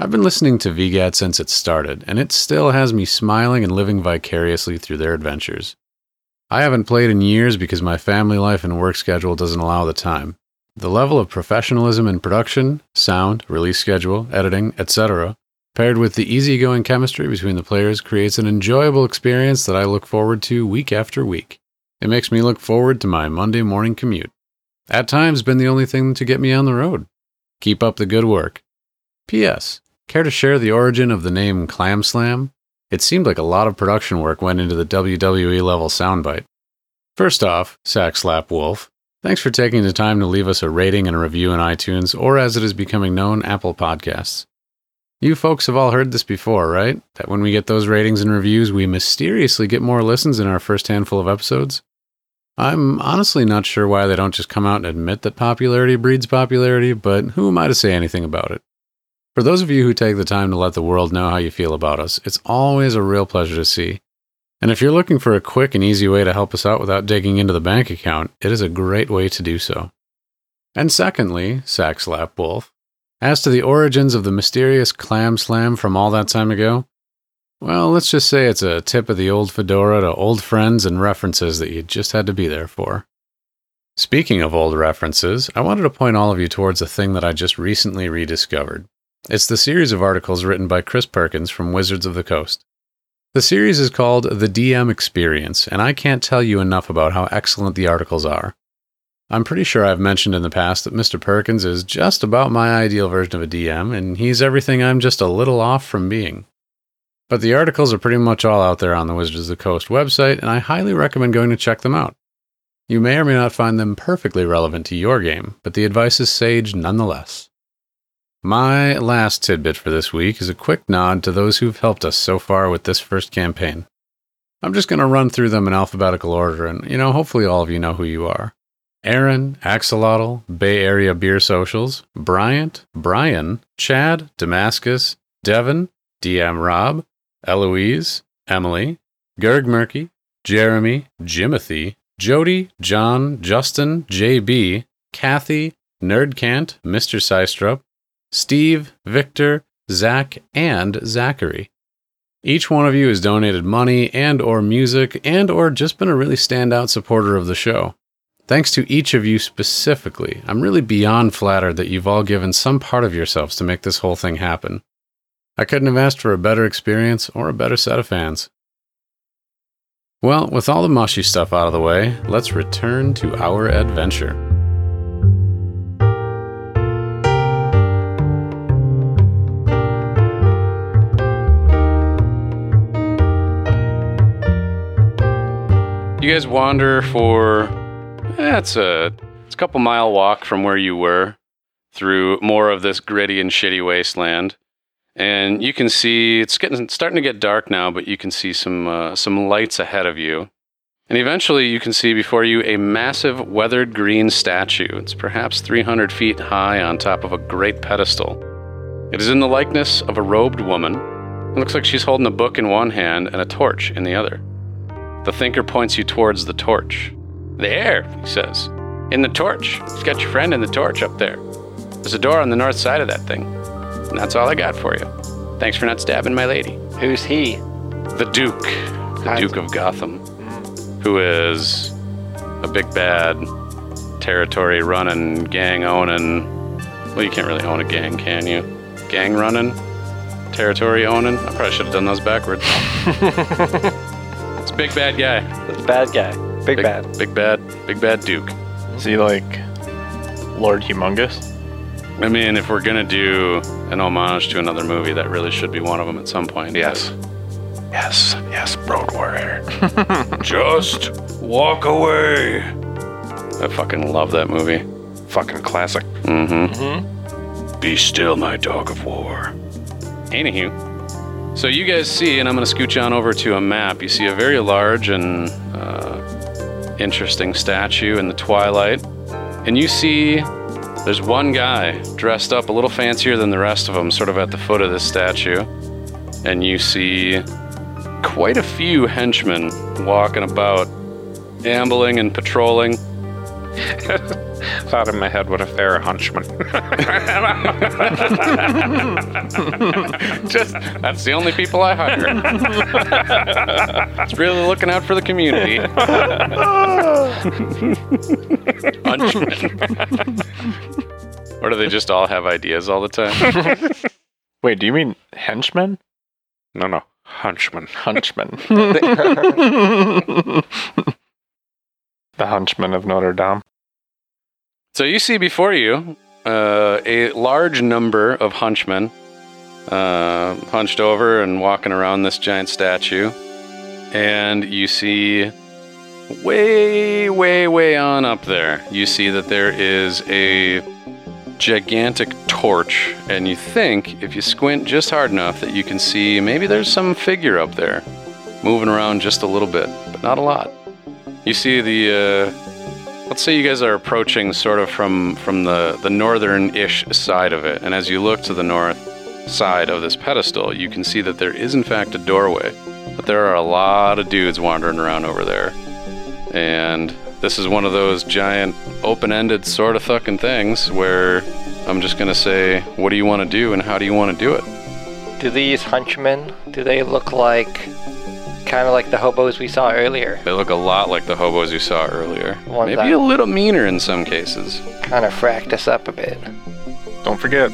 Speaker 1: I've been listening to VGAT since it started, and it still has me smiling and living vicariously through their adventures. I haven't played in years because my family life and work schedule doesn't allow the time. The level of professionalism in production, sound, release schedule, editing, etc., paired with the easygoing chemistry between the players creates an enjoyable experience that I look forward to week after week. It makes me look forward to my Monday morning commute at times been the only thing to get me on the road. Keep up the good work. P.S. Care to share the origin of the name Clam Slam? It seemed like a lot of production work went into the WWE level soundbite. First off, Sack Slap Wolf, thanks for taking the time to leave us a rating and a review in iTunes, or as it is becoming known, Apple Podcasts. You folks have all heard this before, right? That when we get those ratings and reviews, we mysteriously get more listens in our first handful of episodes? I'm honestly not sure why they don't just come out and admit that popularity breeds popularity, but who am I to say anything about it? For those of you who take the time to let the world know how you feel about us, it's always a real pleasure to see, And if you're looking for a quick and easy way to help us out without digging into the bank account, it is a great way to do so. And secondly, Sax Lapwolf, as to the origins of the mysterious clam slam from all that time ago, well, let's just say it's a tip of the old fedora to old friends and references that you just had to be there for. Speaking of old references, I wanted to point all of you towards a thing that I just recently rediscovered. It's the series of articles written by Chris Perkins from Wizards of the Coast. The series is called The DM Experience, and I can't tell you enough about how excellent the articles are. I'm pretty sure I've mentioned in the past that Mr. Perkins is just about my ideal version of a DM, and he's everything I'm just a little off from being. But the articles are pretty much all out there on the Wizards of the Coast website, and I highly recommend going to check them out. You may or may not find them perfectly relevant to your game, but the advice is sage nonetheless. My last tidbit for this week is a quick nod to those who've helped us so far with this first campaign. I'm just going to run through them in alphabetical order, and you know, hopefully all of you know who you are. Aaron, Axolotl, Bay Area Beer Socials, Bryant, Brian, Chad, Damascus, Devon, DM Rob, Eloise, Emily, Gerg Murky, Jeremy, Jimothy, Jody, John, Justin, JB, Kathy, Nerdcant, Mr. Systrup, Steve, Victor, Zach, and Zachary. Each one of you has donated money and or music and or just been a really standout supporter of the show. Thanks to each of you specifically. I'm really beyond flattered that you've all given some part of yourselves to make this whole thing happen. I couldn't have asked for a better experience or a better set of fans. Well, with all the mushy stuff out of the way, let's return to our adventure. You guys wander for that's a it's a couple mile walk from where you were through more of this gritty and shitty wasteland. And you can see it's getting it's starting to get dark now, but you can see some uh, some lights ahead of you. And eventually you can see before you a massive weathered green statue. It's perhaps 300 feet high on top of a great pedestal. It is in the likeness of a robed woman. It looks like she's holding a book in one hand and a torch in the other. The thinker points you towards the torch. There, he says. In the torch. It's got your friend in the torch up there. There's a door on the north side of that thing. And that's all I got for you. Thanks for not stabbing my lady.
Speaker 3: Who's he?
Speaker 1: The Duke. The
Speaker 3: Hi.
Speaker 1: Duke of Gotham. Who is a big bad territory running, gang owning. Well, you can't really own a gang, can you? Gang running? Territory owning? I probably should have done those backwards. it's a big bad guy.
Speaker 3: That's a bad guy. Big, bad.
Speaker 1: Big bad. Big bad Duke.
Speaker 4: Is he like Lord Humongous?
Speaker 1: I mean, if we're gonna do an homage to another movie, that really should be one of them at some point.
Speaker 2: Yes. Yes, yes, Road Warrior. Just walk away.
Speaker 1: I fucking love that movie.
Speaker 2: Fucking classic.
Speaker 1: Mm-hmm.
Speaker 2: Be still, my dog of war.
Speaker 1: Anywho, so you guys see, and I'm gonna scooch on over to a map. You see a very large and uh, interesting statue in the twilight, and you see there's one guy dressed up a little fancier than the rest of them, sort of at the foot of this statue, and you see quite a few henchmen walking about, ambling and patrolling.
Speaker 2: Thought in my head, what if they're a hunchman?
Speaker 1: Just that's the only people I hire. it's really looking out for the community. Hunchmen. or do they just all have ideas all the time?
Speaker 4: Wait, do you mean henchman?
Speaker 2: no, no, hunchman.
Speaker 4: Hunchman. the hunchman of Notre Dame.
Speaker 1: So you see before you uh, a large number of hunchmen uh, hunched over and walking around this giant statue, and you see way, way, way on up there. You see that there is a gigantic torch, and you think if you squint just hard enough that you can see maybe there's some figure up there moving around just a little bit, but not a lot. You see the uh, Let's say you guys are approaching sort of from from the the northern-ish side of it, and as you look to the north side of this pedestal, you can see that there is in fact a doorway. But there are a lot of dudes wandering around over there. And this is one of those giant, open ended sort of fucking things where I'm just going to say, what do you want to do and how do you want to do it?
Speaker 3: Do these hunchmen, do they look like kind of like the hobos we saw earlier?
Speaker 1: They look a lot like the hobos you saw earlier.
Speaker 3: Ones
Speaker 1: Maybe a
Speaker 3: that-
Speaker 1: little meaner in some cases.
Speaker 3: Kind of fracked us up a bit.
Speaker 4: Don't forget,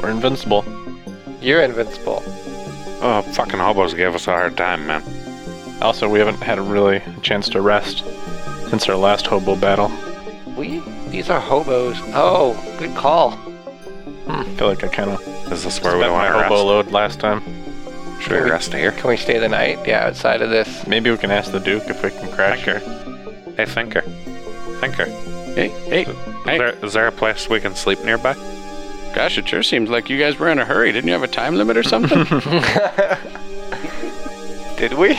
Speaker 4: we're invincible.
Speaker 3: You're invincible.
Speaker 2: Oh, fucking hobos gave us a hard time, man.
Speaker 4: Also, we haven't had really a chance to rest since our last hobo battle.
Speaker 3: We? These are hobos. Oh, good call.
Speaker 4: I feel like I kind of
Speaker 2: Is this where
Speaker 4: spent
Speaker 2: we
Speaker 4: my
Speaker 2: want to
Speaker 4: hobo
Speaker 2: rest?
Speaker 4: load last time.
Speaker 2: Should we rest here?
Speaker 3: Can we stay the night? Yeah, outside of this.
Speaker 4: Maybe we can ask the Duke if we can crash here.
Speaker 2: Hey, Thinker. Thinker. Is
Speaker 1: Hey, hey, hey.
Speaker 2: there, is there a place we can sleep nearby?
Speaker 1: Gosh, it sure seems like you guys were in a hurry. Didn't you have a time limit or something?
Speaker 3: Did we?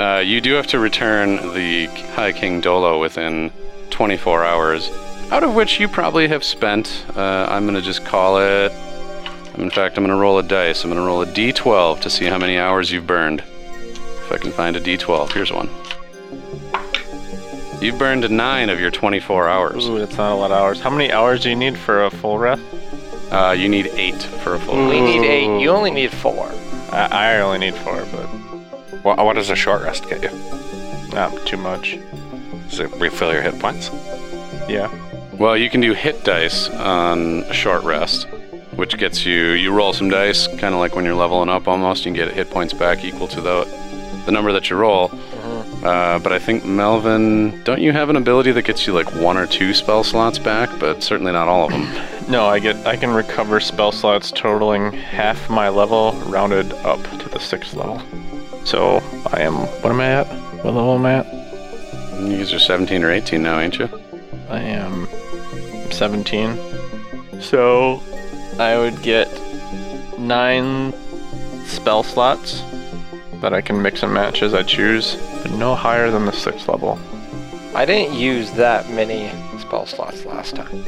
Speaker 1: uh, you do have to return the High King Dolo within 24 hours, out of which you probably have spent. Uh, I'm going to just call it. In fact, I'm going to roll a dice. I'm going to roll a d12 to see how many hours you've burned. If I can find a d12, here's one. You've burned nine of your 24 hours.
Speaker 4: Ooh, that's not a lot of hours. How many hours do you need for a full rest?
Speaker 1: Uh, you need eight for a full.
Speaker 3: We need eight. You only need four.
Speaker 4: I, I only need four, but
Speaker 2: What, what does a short rest get you?
Speaker 4: not too much.
Speaker 2: Does it refill your hit points?
Speaker 4: Yeah.
Speaker 1: Well, you can do hit dice on a short rest, which gets you you roll some dice, kind of like when you're leveling up almost, and you get hit points back equal to the the number that you roll. Uh, but I think Melvin, don't you have an ability that gets you like one or two spell slots back, but certainly not all of them.
Speaker 4: No, I get I can recover spell slots totaling half my level, rounded up to the sixth level. So I am what am I at? What level am I at?
Speaker 1: you guys are 17 or 18 now, ain't you?
Speaker 4: I am seventeen. So I would get nine spell slots that I can mix and match as I choose, but no higher than the sixth level.
Speaker 3: I didn't use that many spell slots last time.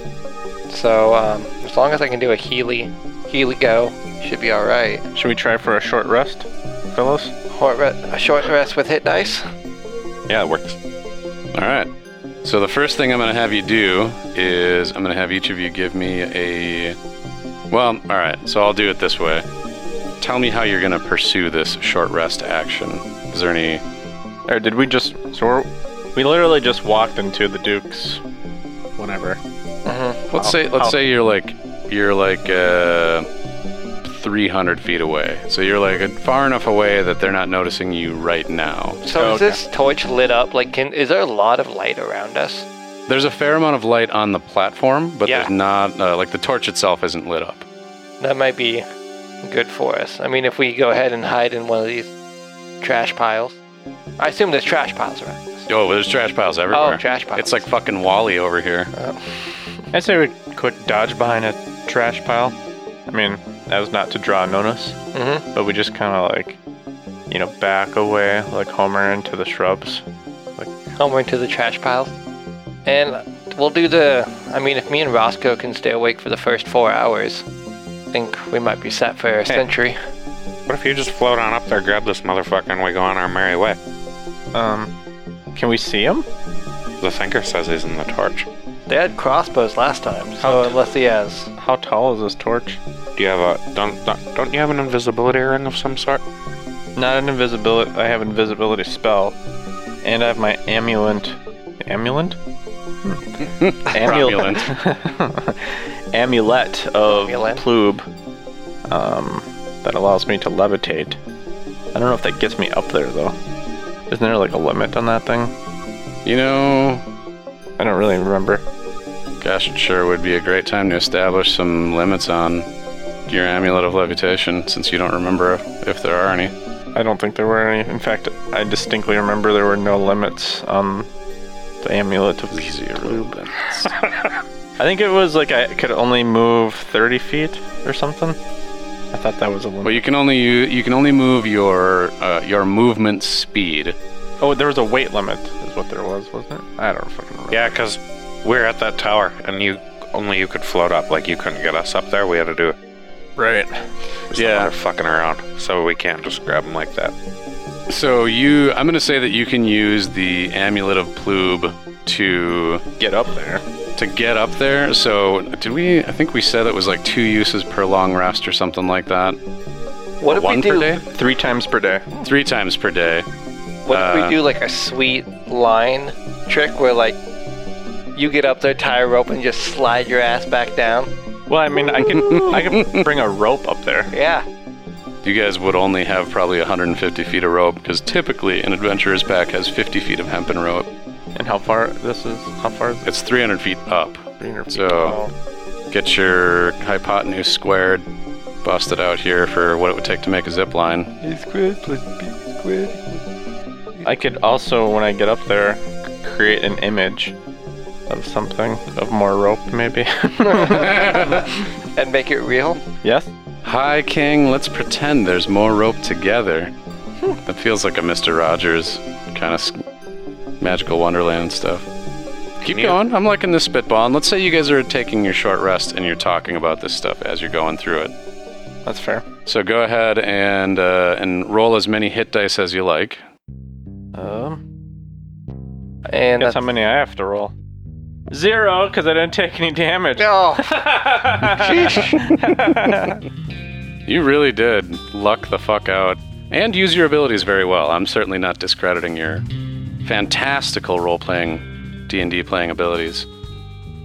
Speaker 3: So, um, as long as I can do a Healy, Healy go, should be alright.
Speaker 4: Should we try for a short rest, fellas?
Speaker 3: Short re- a short rest with hit dice?
Speaker 2: Yeah, it works.
Speaker 1: All right. So the first thing I'm going to have you do is I'm going to have each of you give me a. Well, all right. So I'll do it this way. Tell me how you're going to pursue this short rest action. Is there any?
Speaker 4: Or did we just so we're, we literally just walked into the Duke's whatever.
Speaker 1: Let's say let's
Speaker 4: I'll-
Speaker 1: say you're like you're like uh, 300 feet away. So you're like far enough away that they're not noticing you right now.
Speaker 3: So is
Speaker 4: Okay.
Speaker 3: this torch lit up? Like, can, is there a lot of light around us?
Speaker 1: There's a fair amount of light on the platform, but
Speaker 3: Yeah.
Speaker 1: there's not uh, like the torch itself isn't lit up.
Speaker 3: That might be good for us. I mean, if we go ahead and hide in one of these trash piles. I assume there's trash piles around us.
Speaker 1: Oh, there's trash piles everywhere.
Speaker 3: Oh, trash piles.
Speaker 1: It's like fucking Wally over here.
Speaker 4: I'd say we quick dodge behind a trash pile. I mean, that was not to draw notice,
Speaker 3: Mm-hmm.
Speaker 4: but we just kind of like, you know, back away like Homer into the shrubs.
Speaker 3: Homer into the trash piles. And we'll do the. I mean, if me and Roscoe can stay awake for the first four hours, I think we might be set for a century.
Speaker 2: What if you just float on up there, grab this motherfucker, and we go on our merry way?
Speaker 4: Um, can we see him?
Speaker 2: The Thinker says he's in the torch.
Speaker 3: They had crossbows last time, so unless he has.
Speaker 4: How tall is this torch?
Speaker 2: Do you have a don't don't, don't you have an invisibility ring of some sort?
Speaker 4: Not an invisibility. I have invisibility spell, and I have my amulet. Amulet. Hmm. amulet. amulet of
Speaker 3: Amulet.
Speaker 4: plube. Um, that allows me to levitate. I don't know if that gets me up there though. Isn't there like a limit on that thing?
Speaker 1: You know,
Speaker 4: I don't really remember.
Speaker 1: gosh, it sure would be a great time to establish some limits on your amulet of levitation, since you don't remember if there are any.
Speaker 4: I don't think there were any. In fact, I distinctly remember there were no limits on the amulet of
Speaker 1: Zero limits.
Speaker 4: I think it was like I could only move 30 feet or something. I thought that was a
Speaker 1: Well,
Speaker 4: limit.
Speaker 1: you can only you, you can only move your uh, your movement speed.
Speaker 4: Oh, there was a weight limit, is what there was, wasn't it? I don't fucking remember.
Speaker 2: Yeah, because we're at that tower, and you only you could float up. Like you couldn't get us up there. We had to do
Speaker 4: Right.
Speaker 2: just
Speaker 1: Yeah.
Speaker 2: fucking around, so we can't just grab him like that.
Speaker 1: So you, I'm gonna say that you can use the amulet of plube to
Speaker 4: Get up there.
Speaker 1: to get up there. So did we? I think we said it was like two uses per long rest or something like that.
Speaker 3: What if
Speaker 1: One
Speaker 3: we do?
Speaker 1: per day,
Speaker 4: Three times per day.
Speaker 1: three times per day.
Speaker 3: What if
Speaker 1: Uh,
Speaker 3: we do like a sweet line trick where like you get up there, tie a rope, and just slide your ass back down?
Speaker 4: Well, I mean, I can I can bring a rope up there.
Speaker 3: Yeah.
Speaker 1: You guys would only have probably 150 feet of rope because typically an adventurer's pack has 50 feet of hempen rope.
Speaker 4: And how far? This is how far is it?
Speaker 1: It's 300 feet up.
Speaker 4: 300 feet
Speaker 1: So-
Speaker 4: tall.
Speaker 1: Get your hypotenuse squared, busted out here for what it would take to make a zip line.
Speaker 4: I could also, when I get up there, create an image of something of more rope, maybe.
Speaker 3: And make it real?
Speaker 4: yes.
Speaker 1: Hi, King. Let's pretend there's more rope together. That feels like a Mister Rogers kind of magical wonderland stuff. Keep
Speaker 2: you-
Speaker 1: going. I'm liking this spitball. And let's say you guys are taking your short rest and you're talking about this stuff as you're going through it.
Speaker 4: That's fair.
Speaker 1: So go ahead and uh, and roll as many hit dice as you like.
Speaker 4: Um,
Speaker 3: And
Speaker 4: guess
Speaker 3: that's
Speaker 4: how many I have to roll? Zero, because I didn't take any damage.
Speaker 3: no.
Speaker 1: You really did luck the fuck out and use your abilities very well. I'm certainly not discrediting your fantastical role-playing D&D playing abilities.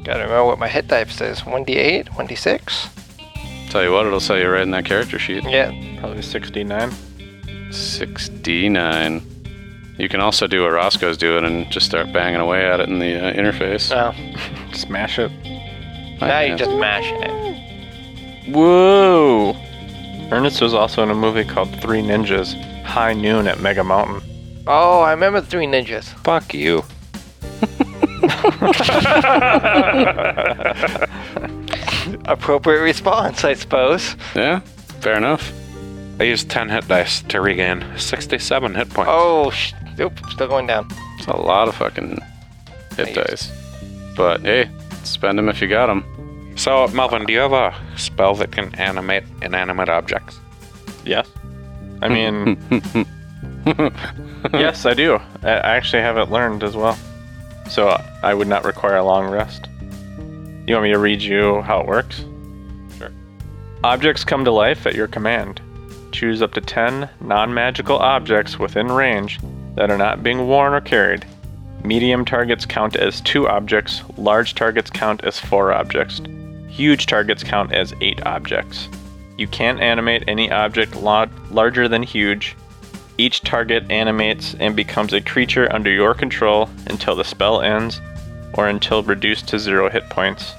Speaker 3: Gotta remember what my hit dice is. 1d8, 1d6.
Speaker 1: Tell you what, it'll tell you right in that character sheet.
Speaker 3: Yeah.
Speaker 4: Probably 69.
Speaker 1: 6d9. You can also do what Roscoe's doing and just start banging away at it in the uh, interface.
Speaker 3: No.
Speaker 4: Smash it.
Speaker 3: Now
Speaker 1: I
Speaker 3: you're just mashing it.
Speaker 4: Whoa! Ernest was also in a movie called Three Ninjas High Noon at Mega Mountain.
Speaker 3: Oh, I remember the three ninjas.
Speaker 2: Fuck you.
Speaker 3: Appropriate response, I suppose.
Speaker 1: Yeah, fair enough.
Speaker 2: I used 10 hit dice to regain 67 hit points.
Speaker 3: Oh, sh- oop, still going down.
Speaker 1: It's a lot of fucking hit dice. But hey, spend them if you got them.
Speaker 2: So, Melvin, do you have a spell that can animate inanimate objects?
Speaker 4: Yes. I mean, yes, I do. I I actually have it learned as well. So I would not require a long rest. You want me to read you how it works?
Speaker 2: Sure.
Speaker 4: Objects come to life at your command. Choose up to 10 non magical objects within range that are not being worn or carried. Medium targets count as 2 objects, large targets count as 4 objects, huge targets count as 8 objects. You can't animate any object la- larger than huge. Each target animates and becomes a creature under your control until the spell ends or until reduced to 0 hit points.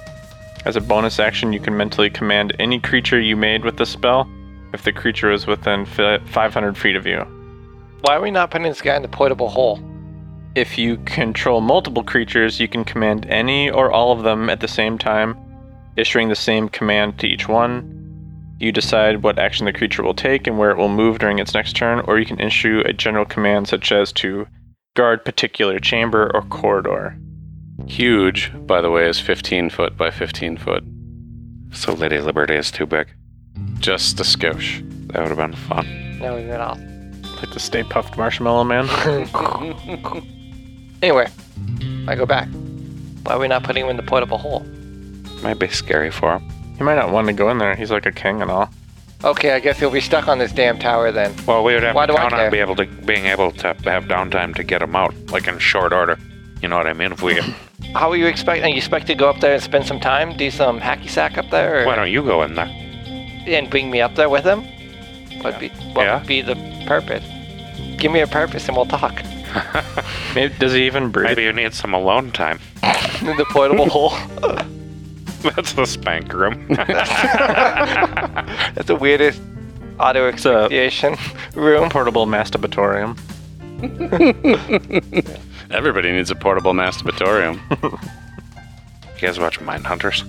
Speaker 4: As a bonus action, you can mentally command any creature you made with the spell if the creature is within fi- 500 feet of you.
Speaker 3: Why are we not putting this guy in the portable hole?
Speaker 4: If you control multiple creatures, you can command any or all of them at the same time, issuing the same command to each one. You decide what action the creature will take and where it will move during its next turn, or you can issue a general command such as to guard particular chamber or corridor.
Speaker 1: Huge, by the way, is 15 foot by 15 foot.
Speaker 2: So, Lady Liberty is too big.
Speaker 1: Just a skosh.
Speaker 2: That would have been fun.
Speaker 3: No, we got off.
Speaker 4: Like the Stay Puffed Marshmallow Man.
Speaker 3: Anyway, I go back. Why are we not putting him in the portable hole?
Speaker 2: Might be scary for him.
Speaker 4: he might not want to go in there. He's like a king and all.
Speaker 3: Okay, I guess he'll be stuck on this damn tower then.
Speaker 2: Well, we would have
Speaker 3: Why
Speaker 2: to
Speaker 3: do I
Speaker 2: count on
Speaker 3: care?
Speaker 2: be able to, being able to have downtime to get him out, like in short order. You know what I mean? If we,
Speaker 3: How are you expecting? You expect to go up there and spend some time, do some hacky sack up there, or,
Speaker 2: why don't you go in there?
Speaker 3: and bring me up there with him? What be what
Speaker 2: Yeah.
Speaker 3: would be the purpose? Give me a purpose and we'll talk.
Speaker 4: Maybe, does he even breathe?
Speaker 2: Maybe you need some alone time.
Speaker 3: In the portable hole.
Speaker 2: That's the spank room.
Speaker 3: That's the weirdest auto
Speaker 4: a-
Speaker 3: asphyxiation room.
Speaker 4: Portable masturbatorium.
Speaker 1: Everybody needs a portable masturbatorium.
Speaker 2: you guys watch Mindhunters?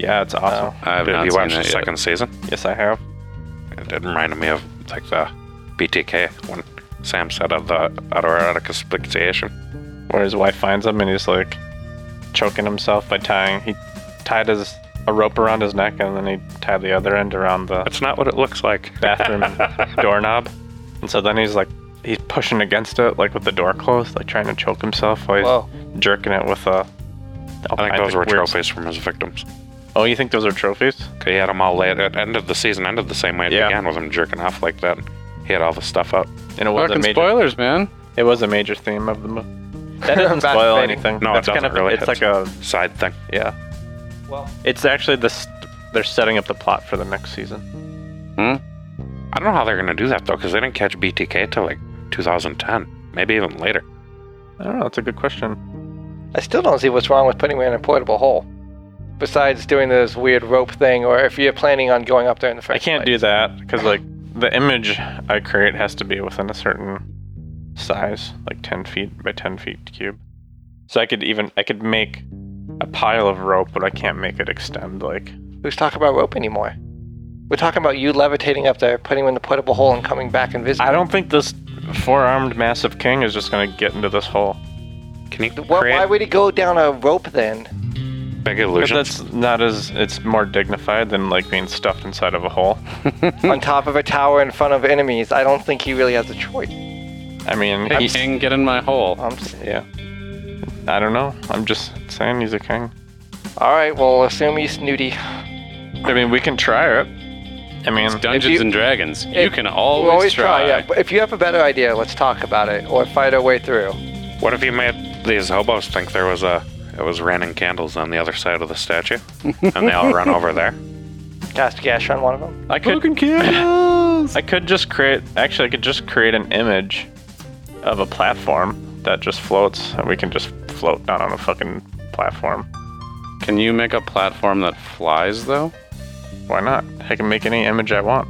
Speaker 4: Yeah, it's awesome.
Speaker 1: I have
Speaker 2: Did
Speaker 1: not
Speaker 2: you
Speaker 1: seen
Speaker 2: watch the
Speaker 1: that yet.
Speaker 2: second season?
Speaker 4: Yes, I have.
Speaker 2: It reminded me of like the BTK when Sam said of the autoerotic asphyxiation.
Speaker 4: where his wife finds him and he's like choking himself by tying he tied his a rope around his neck and then he tied the other end around the
Speaker 2: That's not what it looks like.
Speaker 4: bathroom doorknob and so then he's like he's pushing against it, like with the door closed, like trying to choke himself while he's
Speaker 3: Whoa.
Speaker 4: jerking it with uh, a.
Speaker 2: I think those were
Speaker 4: weird-
Speaker 2: trophies from his victims.
Speaker 4: Oh, you think those are trophies?
Speaker 2: He had them all laid. It ended the season ended the same way it
Speaker 4: Yeah.
Speaker 2: began with him jerking off like that. He had all the stuff out.
Speaker 4: And it was a
Speaker 1: Fucking
Speaker 4: major.
Speaker 1: spoilers, man.
Speaker 4: It was a major theme of the movie.
Speaker 3: That doesn't
Speaker 4: Spoil
Speaker 3: bad
Speaker 4: anything?
Speaker 2: No, it
Speaker 4: That's
Speaker 2: doesn't
Speaker 4: kind of
Speaker 2: really.
Speaker 4: it's like a
Speaker 2: Side thing.
Speaker 4: yeah.
Speaker 3: Well,
Speaker 4: It's actually this. They're setting up the plot for the next season.
Speaker 1: Hmm?
Speaker 2: I don't know how they're gonna do that though, because they didn't catch BTK till like 2010, maybe even later.
Speaker 4: I don't know. It's a good question.
Speaker 3: I still don't see what's wrong with putting me in a portable hole. Besides doing this weird rope thing, or if you're planning on going up there in the
Speaker 4: I
Speaker 3: first
Speaker 4: can't do that because like the image I create has to be within a certain size, like 10 feet by 10 feet cube. So I could even I could make a pile of rope, but I can't make it extend like
Speaker 3: do. Who's talking about rope anymore? We're talking about you levitating up there, putting you in the portable hole, and coming back and visiting.
Speaker 4: I don't think this four-armed massive king is just gonna get into this hole.
Speaker 2: Can you
Speaker 3: Why-
Speaker 2: create
Speaker 3: why would he go down a rope then?
Speaker 2: big
Speaker 4: But
Speaker 2: illusions?
Speaker 4: that's not as it's more dignified than like being stuffed inside of a hole.
Speaker 3: on top of a tower in front of enemies? I don't think he really has a choice.
Speaker 4: I mean,
Speaker 1: Hey,
Speaker 4: I'm-
Speaker 1: King, get in my hole.
Speaker 3: Um, s-
Speaker 4: yeah. I don't know. I'm just saying he's a king.
Speaker 3: all right, well, assume he's snooty.
Speaker 4: I mean, we can try it. I mean,
Speaker 1: It's Dungeons
Speaker 3: you-
Speaker 1: and Dragons. You can always,
Speaker 3: We'll always
Speaker 1: try.
Speaker 3: try. yeah. But If you have a better idea, let's talk about it or fight our way through.
Speaker 2: What if you made these hobos think there was a it was raining candles on the other side of the statue, and they all run over there?
Speaker 3: Cast gash on one of them.
Speaker 4: I could
Speaker 1: Fucking candles.
Speaker 4: I could just create. Actually, I could just create an image of a platform that just floats, and we can just float down on a fucking platform.
Speaker 1: Can you make a platform that flies though?
Speaker 4: Why not? I can make any image I want.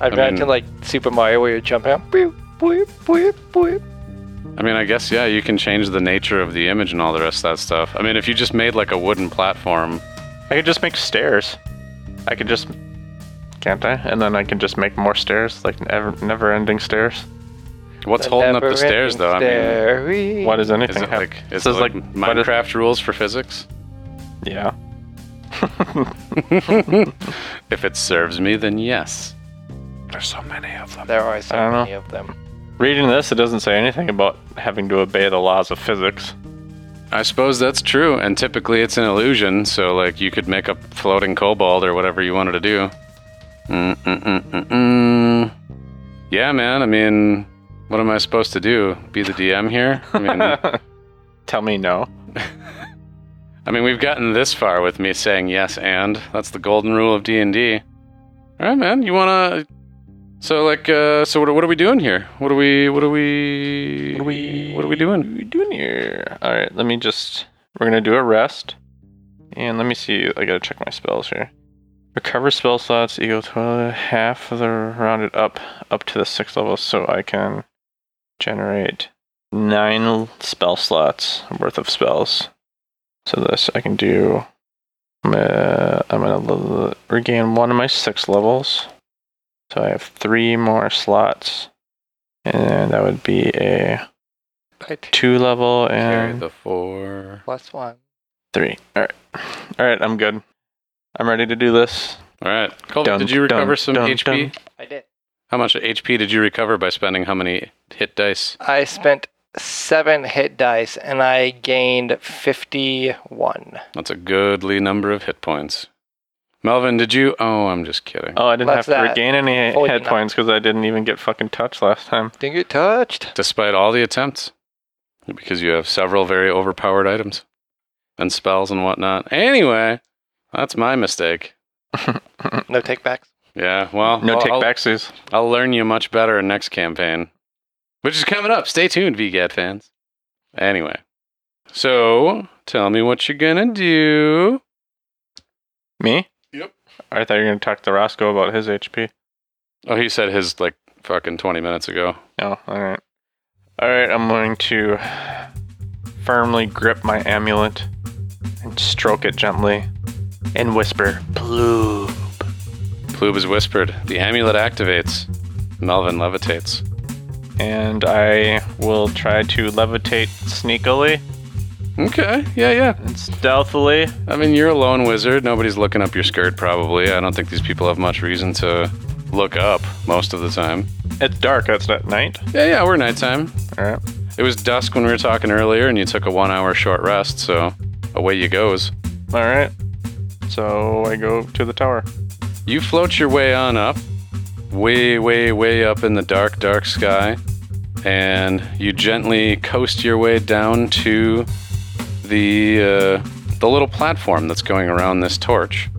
Speaker 3: I've
Speaker 1: I
Speaker 3: been
Speaker 1: mean-
Speaker 3: to like Super Mario where you jump out. Boop, boop, boop, boop.
Speaker 1: I mean, I guess yeah, you can change the nature of the image and all the rest of that stuff. I mean, if you just made like a wooden platform,
Speaker 4: I could just make stairs. I could just. Can't I? And then I can just make more stairs, like never, never-ending stairs.
Speaker 1: what's holding up the stairs though? I mean,
Speaker 3: I mean,
Speaker 4: What is
Speaker 1: is
Speaker 4: anything?
Speaker 1: it
Speaker 4: hap-
Speaker 1: like is
Speaker 4: this
Speaker 1: it
Speaker 4: is
Speaker 1: like,
Speaker 4: what is-
Speaker 1: Minecraft rules for physics?
Speaker 4: yeah.
Speaker 1: If it serves me, then yes.
Speaker 2: There's so many of them.
Speaker 3: There are so
Speaker 4: I don't know.
Speaker 3: many of them.
Speaker 4: Reading this, it doesn't say anything about having to obey the laws of physics.
Speaker 1: I suppose that's true, and typically it's an illusion. So like, you could make a floating kobold or whatever you wanted to do. Mm, Mm-mm-mm-mm-mm. mm. Yeah, man. I mean, what am I supposed to do? Be the DM here? I mean.
Speaker 4: Tell me no.
Speaker 1: I mean, we've gotten this far with me saying yes and. That's the golden rule of D&D. All right, man. You want to So like uh so what are, what are we doing here? What are we what are we
Speaker 4: What are we-
Speaker 1: What are we doing?
Speaker 4: we doing here? All right, let me just. We're gonna do a rest, and let me see. I gotta check my spells here. Recover spell slots equal to half of the rounded up up to the sixth level, so I can generate nine spell slots worth of spells. So this I can do. I'm gonna, I'm gonna l- regain one of my six levels, so I have three more slots, and that would be a
Speaker 3: Right.
Speaker 4: two level
Speaker 1: Carry
Speaker 4: and
Speaker 1: the 4.
Speaker 3: Plus one.
Speaker 4: three. All right, all right, I'm good. I'm ready to do this.
Speaker 1: All right. Cool.
Speaker 4: Dun,
Speaker 1: Did you recover
Speaker 4: dun,
Speaker 1: some
Speaker 4: dun,
Speaker 1: HP?
Speaker 4: dun.
Speaker 3: I did.
Speaker 1: How much HP did you recover by spending how many hit dice?
Speaker 3: I spent seven hit dice and I gained 51.
Speaker 1: That's a goodly number of hit points. Melvin, did you Oh, I'm just kidding.
Speaker 4: Oh, I didn't
Speaker 3: That's
Speaker 4: have to
Speaker 3: that.
Speaker 4: regain any
Speaker 3: Oh, you
Speaker 4: head
Speaker 3: did not.
Speaker 4: points because I didn't even get fucking touched last time.
Speaker 3: Didn't get touched.
Speaker 1: Despite all the attempts because you have several very overpowered items and spells and whatnot. Anyway, that's my mistake.
Speaker 3: No takebacks.
Speaker 1: Yeah, well,
Speaker 4: No
Speaker 1: I'll-
Speaker 4: take
Speaker 1: Uh-huh. I'll-
Speaker 4: backsies.
Speaker 1: I'll, learn you much better in next campaign, which is coming up. Stay tuned, VGAD fans. Anyway, so tell me what you're gonna do.
Speaker 4: Me?
Speaker 1: Yep.
Speaker 4: I thought you were gonna talk to Roscoe about his HP.
Speaker 1: Oh, he said his like fucking 20 minutes ago.
Speaker 4: No, Oh, all right. All right, I'm going to firmly grip my amulet and stroke it gently and whisper, "Blue."
Speaker 1: Ploob is whispered. The amulet activates. Melvin levitates.
Speaker 4: And I will try to levitate sneakily
Speaker 1: Okay, yeah, yeah.
Speaker 4: and stealthily
Speaker 1: I mean, you're a lone wizard. Nobody's looking up your skirt, probably. I don't think these people have much reason to look up most of the time.
Speaker 4: It's dark. That's not night.
Speaker 1: Yeah, yeah, we're nighttime.
Speaker 4: All right.
Speaker 1: It was dusk when we were talking earlier, and you took a one hour short rest, so away you goes.
Speaker 4: All right. So I go to the tower.
Speaker 1: You float your way on up, way, way, way up in the dark, dark sky, and you gently coast your way down to the uh, the little platform that's going around this torch.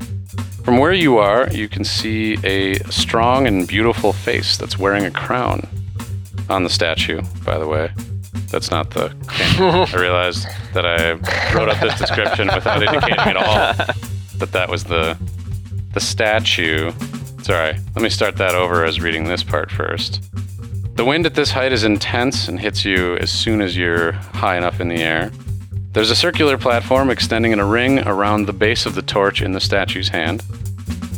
Speaker 1: From where you are, you can see a strong and beautiful face that's wearing a crown on the statue. By the way, that's not the. I realized that I wrote up this description without indicating at all that that was the the statue. Sorry, let me start that over as reading this part first. The wind at this height is intense and hits you as soon as you're high enough in the air. There's a circular platform extending in a ring around the base of the torch in the statue's hand.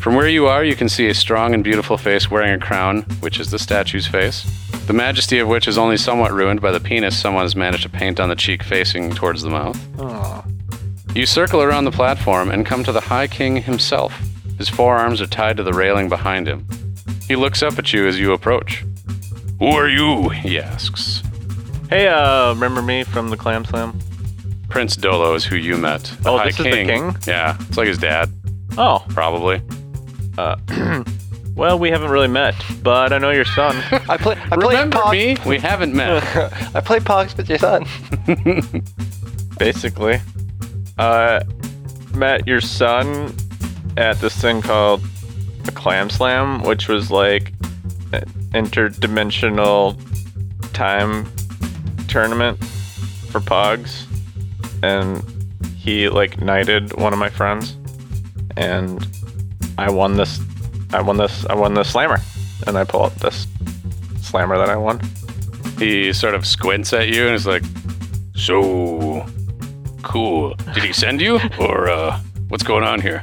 Speaker 1: From where you are, you can see a strong and beautiful face wearing a crown, which is the statue's face, the majesty of which is only somewhat ruined by the penis someone has managed to paint on the cheek facing towards the mouth.
Speaker 4: Oh.
Speaker 1: You circle around the platform and come to the High King himself. His forearms are tied to the railing behind him. He looks up at you as you approach. Who are you? he asks.
Speaker 4: Hey, uh, remember me from the Clam Slam?
Speaker 1: Prince Dolo is who you met. The
Speaker 4: Oh,
Speaker 1: High
Speaker 4: this is the king?
Speaker 1: Yeah, it's like his dad,
Speaker 4: Oh,
Speaker 1: probably.
Speaker 4: well, we haven't really met, but I know your son.
Speaker 3: I play. I play
Speaker 1: Remember
Speaker 3: Pogs.
Speaker 1: me? We haven't met.
Speaker 3: I play Pogs with your son.
Speaker 4: basically. Uh, met your son at this thing called a clam slam, which was like an interdimensional time tournament for pogs, and he like knighted one of my friends, and I won this. I won this. I won this slammer, and I pull up this slammer that I won.
Speaker 1: he sort of squints at you and is like, So cool. Did he send you? Or uh, what's going on here?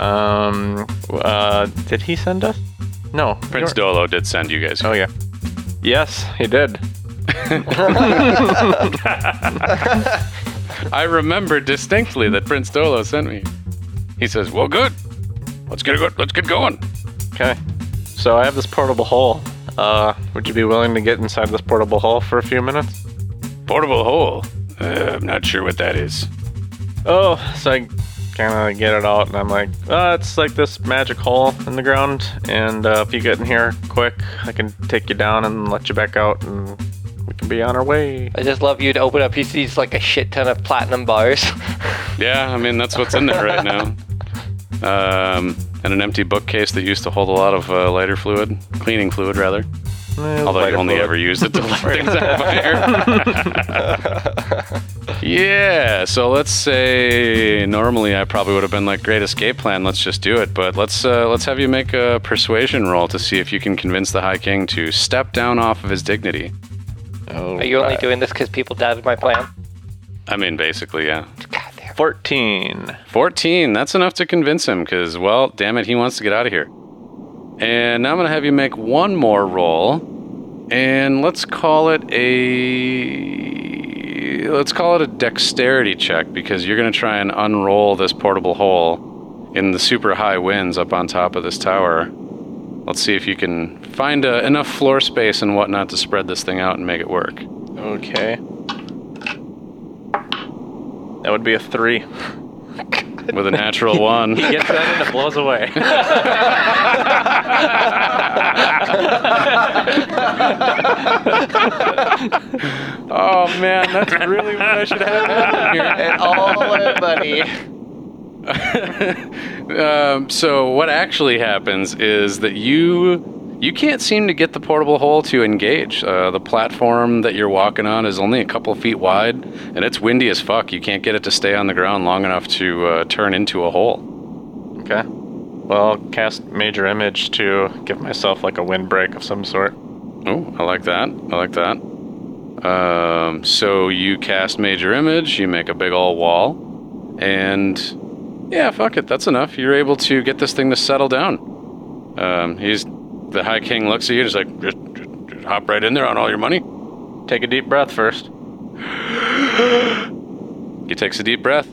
Speaker 4: Um, uh, did he send us? No,
Speaker 1: Prince Dolo did send you guys.
Speaker 4: Oh yeah. Yes, he did.
Speaker 1: I remember distinctly that Prince Dolo sent me. He says, Well, good. Let's get, go- let's get going.
Speaker 4: Okay. So I have this portable hole. Uh, would you be willing to get inside this portable hole for a few minutes?
Speaker 1: Portable hole. Uh, I'm not sure what that is.
Speaker 4: Oh, so I kind of get it out, and I'm like, uh, it's like this magic hole in the ground, and uh, if you get in here quick, I can take you down and let you back out, and we can be on our way.
Speaker 3: I just love you to open up. He sees like a shit ton of platinum bars.
Speaker 1: Yeah, I mean, that's what's in there right now. Um, and an empty bookcase that used to hold a lot of uh, lighter fluid, cleaning fluid, rather. Although you only ever used it to light things on fire. yeah, so let's say normally I probably would have been like, great escape plan, let's just do it. But let's uh, let's have you make a persuasion roll to see if you can convince the High King to step down off of his dignity.
Speaker 4: Oh,
Speaker 3: Are you only doing this because people doubted my plan?
Speaker 1: I mean, basically, yeah.
Speaker 3: God damn.
Speaker 4: 14.
Speaker 1: 14, that's enough to convince him because, well, damn it, he wants to get out of here. And now I'm going to have you make one more roll. And let's call it a. Let's call it a dexterity check because you're going to try and unroll this portable hole in the super high winds up on top of this tower. Let's see if you can find uh, enough floor space and whatnot to spread this thing out and make it work.
Speaker 4: Okay. That would be a three.
Speaker 1: With a natural one.
Speaker 4: Gets that and it blows away.
Speaker 1: Oh man, that's really what I should have happen here.
Speaker 3: And all everybody.
Speaker 1: um, so what actually happens is that you you can't seem to get the portable hole to engage. Uh, the platform that you're walking on is only a couple feet wide, and it's windy as fuck. You can't get it to stay on the ground long enough to uh, turn into a hole.
Speaker 4: Okay. Well, I'll cast Major Image to give myself like a windbreak of some sort.
Speaker 1: Oh, I like that. I like that. Um, so you cast major image, you make a big old wall, and yeah, fuck it, that's enough. You're able to get this thing to settle down. Um, he's the High King looks at you and is like, just, just, just hop right in there on all your money.
Speaker 4: Take a deep breath first.
Speaker 1: He takes a deep breath,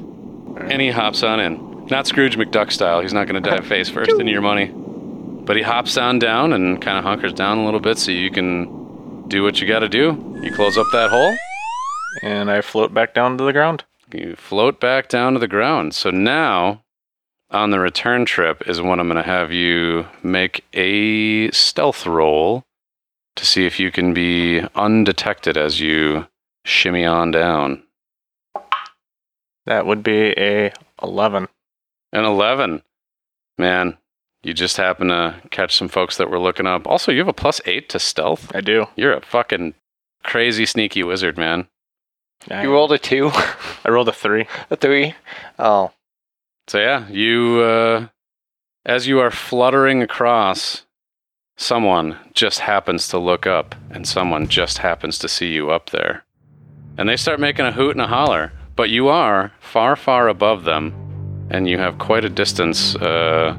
Speaker 1: and he hops on in. Not Scrooge McDuck style. He's not going to dive face first into your money. But he hops on down and kind of hunkers down a little bit so you can do what you got to do. You close up that hole.
Speaker 4: and I float back down to the ground.
Speaker 1: You float back down to the ground. So now, on the return trip, is when I'm going to have you make a stealth roll to see if you can be undetected as you shimmy on down.
Speaker 4: That would be a 11.
Speaker 1: An 11. Man, you just happen to catch some folks that were looking up. Also, you have a plus eight to stealth.
Speaker 4: I do.
Speaker 1: You're a fucking crazy sneaky wizard, man.
Speaker 4: I,
Speaker 3: You rolled a two,
Speaker 4: I rolled a 3.
Speaker 3: a three. Oh,
Speaker 1: So yeah, you uh, as you are fluttering across, someone just happens to look up, and someone just happens to see you up there, and they start making a hoot and a holler. But you are far, far above them, and you have quite a distance uh,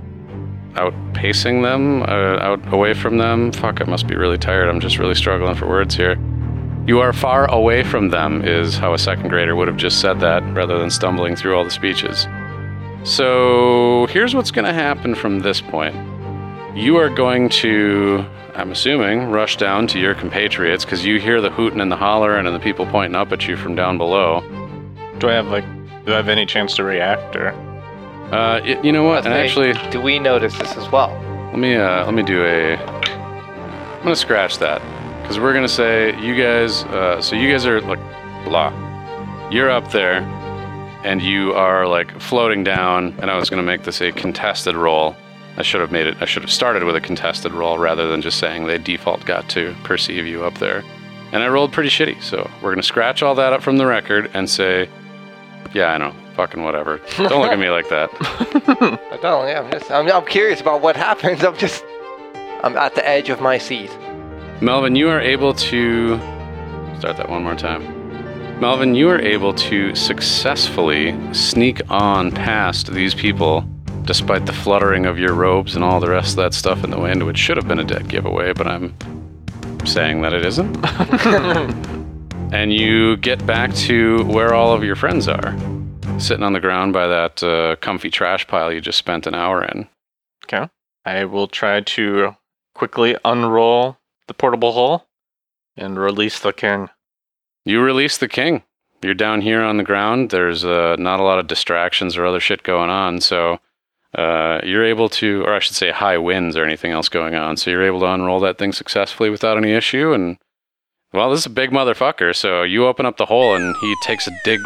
Speaker 1: outpacing them, uh, out away from them. Fuck, I must be really tired. I'm just really struggling for words here. You are far away from them, is how a second grader would have just said that rather than stumbling through all the speeches. So here's what's going to happen from this point. You are going to, I'm assuming, rush down to your compatriots because you hear the hooting and the hollering and the people pointing up at you from down below.
Speaker 4: Do I have like do I have any chance to react or
Speaker 1: Uh, y you know what? And
Speaker 3: Hey,
Speaker 1: actually,
Speaker 3: do we notice this as well?
Speaker 1: let me uh, let me do a. I'm gonna scratch that because we're gonna say you guys. Uh, so you guys are like, blah. You're up there, and you are like floating down. And I was gonna make this a contested roll. I should have made it. I should have started with a contested roll rather than just saying they default got to perceive you up there. And I rolled pretty shitty, so we're gonna scratch all that up from the record and say, yeah, I know, fucking whatever. Don't look at me like that.
Speaker 3: I don't. Yeah, I'm just. I'm, I'm curious about what happens. I'm just. I'm at the edge of my seat.
Speaker 1: Melvin, you are able to start that one more time. Melvin, you are able to successfully sneak on past these people despite the fluttering of your robes and all the rest of that stuff in the wind, which should have been a dead giveaway, but I'm saying that it isn't. and you get back to where all of your friends are, sitting on the ground by that uh, comfy trash pile you just spent an hour in.
Speaker 4: Okay. I will try to quickly unroll the portable hull and release the king.
Speaker 1: You release the king. You're down here on the ground. There's uh, not a lot of distractions or other shit going on. So uh, you're able to, or I should say, high winds or anything else going on. So you're able to unroll that thing successfully without any issue. And well, this is a big motherfucker. So you open up the hole, and he takes a dig.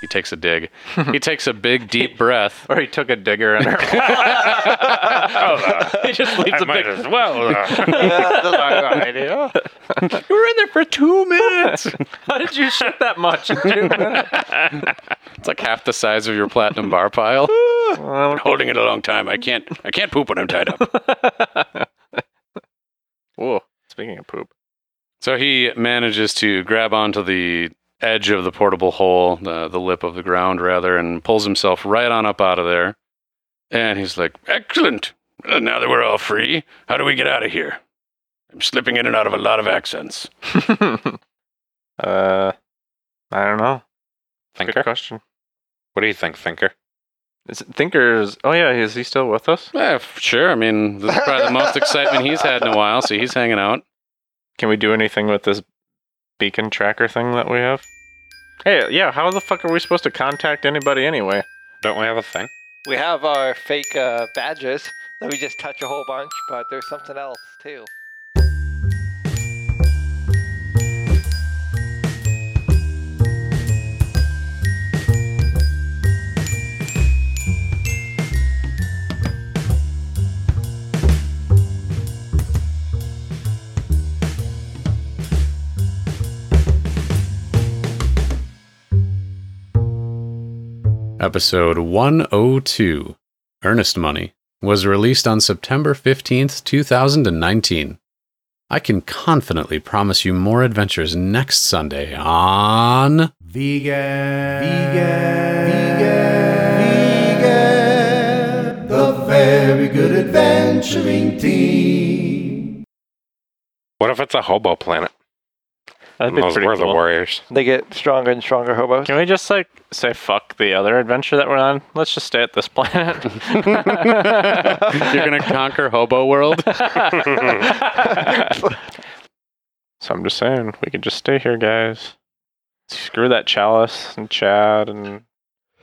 Speaker 1: He takes a dig. he takes a big, deep breath.
Speaker 4: Or he took a digger and
Speaker 1: Oh,
Speaker 2: he just leaves I might as well. uh,
Speaker 1: You were in there for two minutes.
Speaker 4: How did you shit that much in two minutes?
Speaker 1: it's like half the size of your platinum bar pile.
Speaker 4: Well,
Speaker 1: Holding it a long time. I can't. I can't poop when I'm tied up.
Speaker 4: whoa. Speaking of poop.
Speaker 1: So he manages to grab onto the edge of the portable hole, the, the lip of the ground, rather, and pulls himself right on up out of there. And he's like, Excellent. Well, now that we're all free, how do we get out of here? I'm slipping in and out of a lot of accents.
Speaker 4: uh I don't know. Good
Speaker 2: Thinker,
Speaker 4: question.
Speaker 2: what do you think, Thinker?
Speaker 4: Is it Thinker's oh yeah, is he still with us?
Speaker 1: Eh, f- sure. I mean, this is probably the most excitement he's had in a while, so he's hanging out.
Speaker 4: Can we do anything with this beacon tracker thing that we have? Hey, yeah, how the fuck are we supposed to contact anybody anyway?
Speaker 2: Don't we have a thing?
Speaker 3: We have our fake uh, badges that we just touch a whole bunch, but there's something else too.
Speaker 1: Episode 102 Earnest Money was released on September 15th, 2019. I can confidently promise you more adventures next Sunday on
Speaker 5: Vegan. Vegan. Vegan. Vegan. The very good adventuring team.
Speaker 2: What if it's a hobo planet?
Speaker 4: That'd be
Speaker 2: Those
Speaker 4: pretty
Speaker 2: were the
Speaker 4: cool.
Speaker 2: warriors.
Speaker 3: They get stronger and stronger hobos.
Speaker 4: Can we just like say fuck the other adventure that we're on? Let's just stay at this planet.
Speaker 1: You're gonna conquer Hobo World.
Speaker 4: so I'm just saying we could just stay here, guys. Screw that chalice and Chad and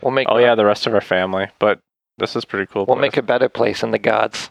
Speaker 3: We'll make
Speaker 4: oh yeah, the rest of our family. But this is pretty cool.
Speaker 3: we'll
Speaker 4: place.
Speaker 3: make a better place than the gods.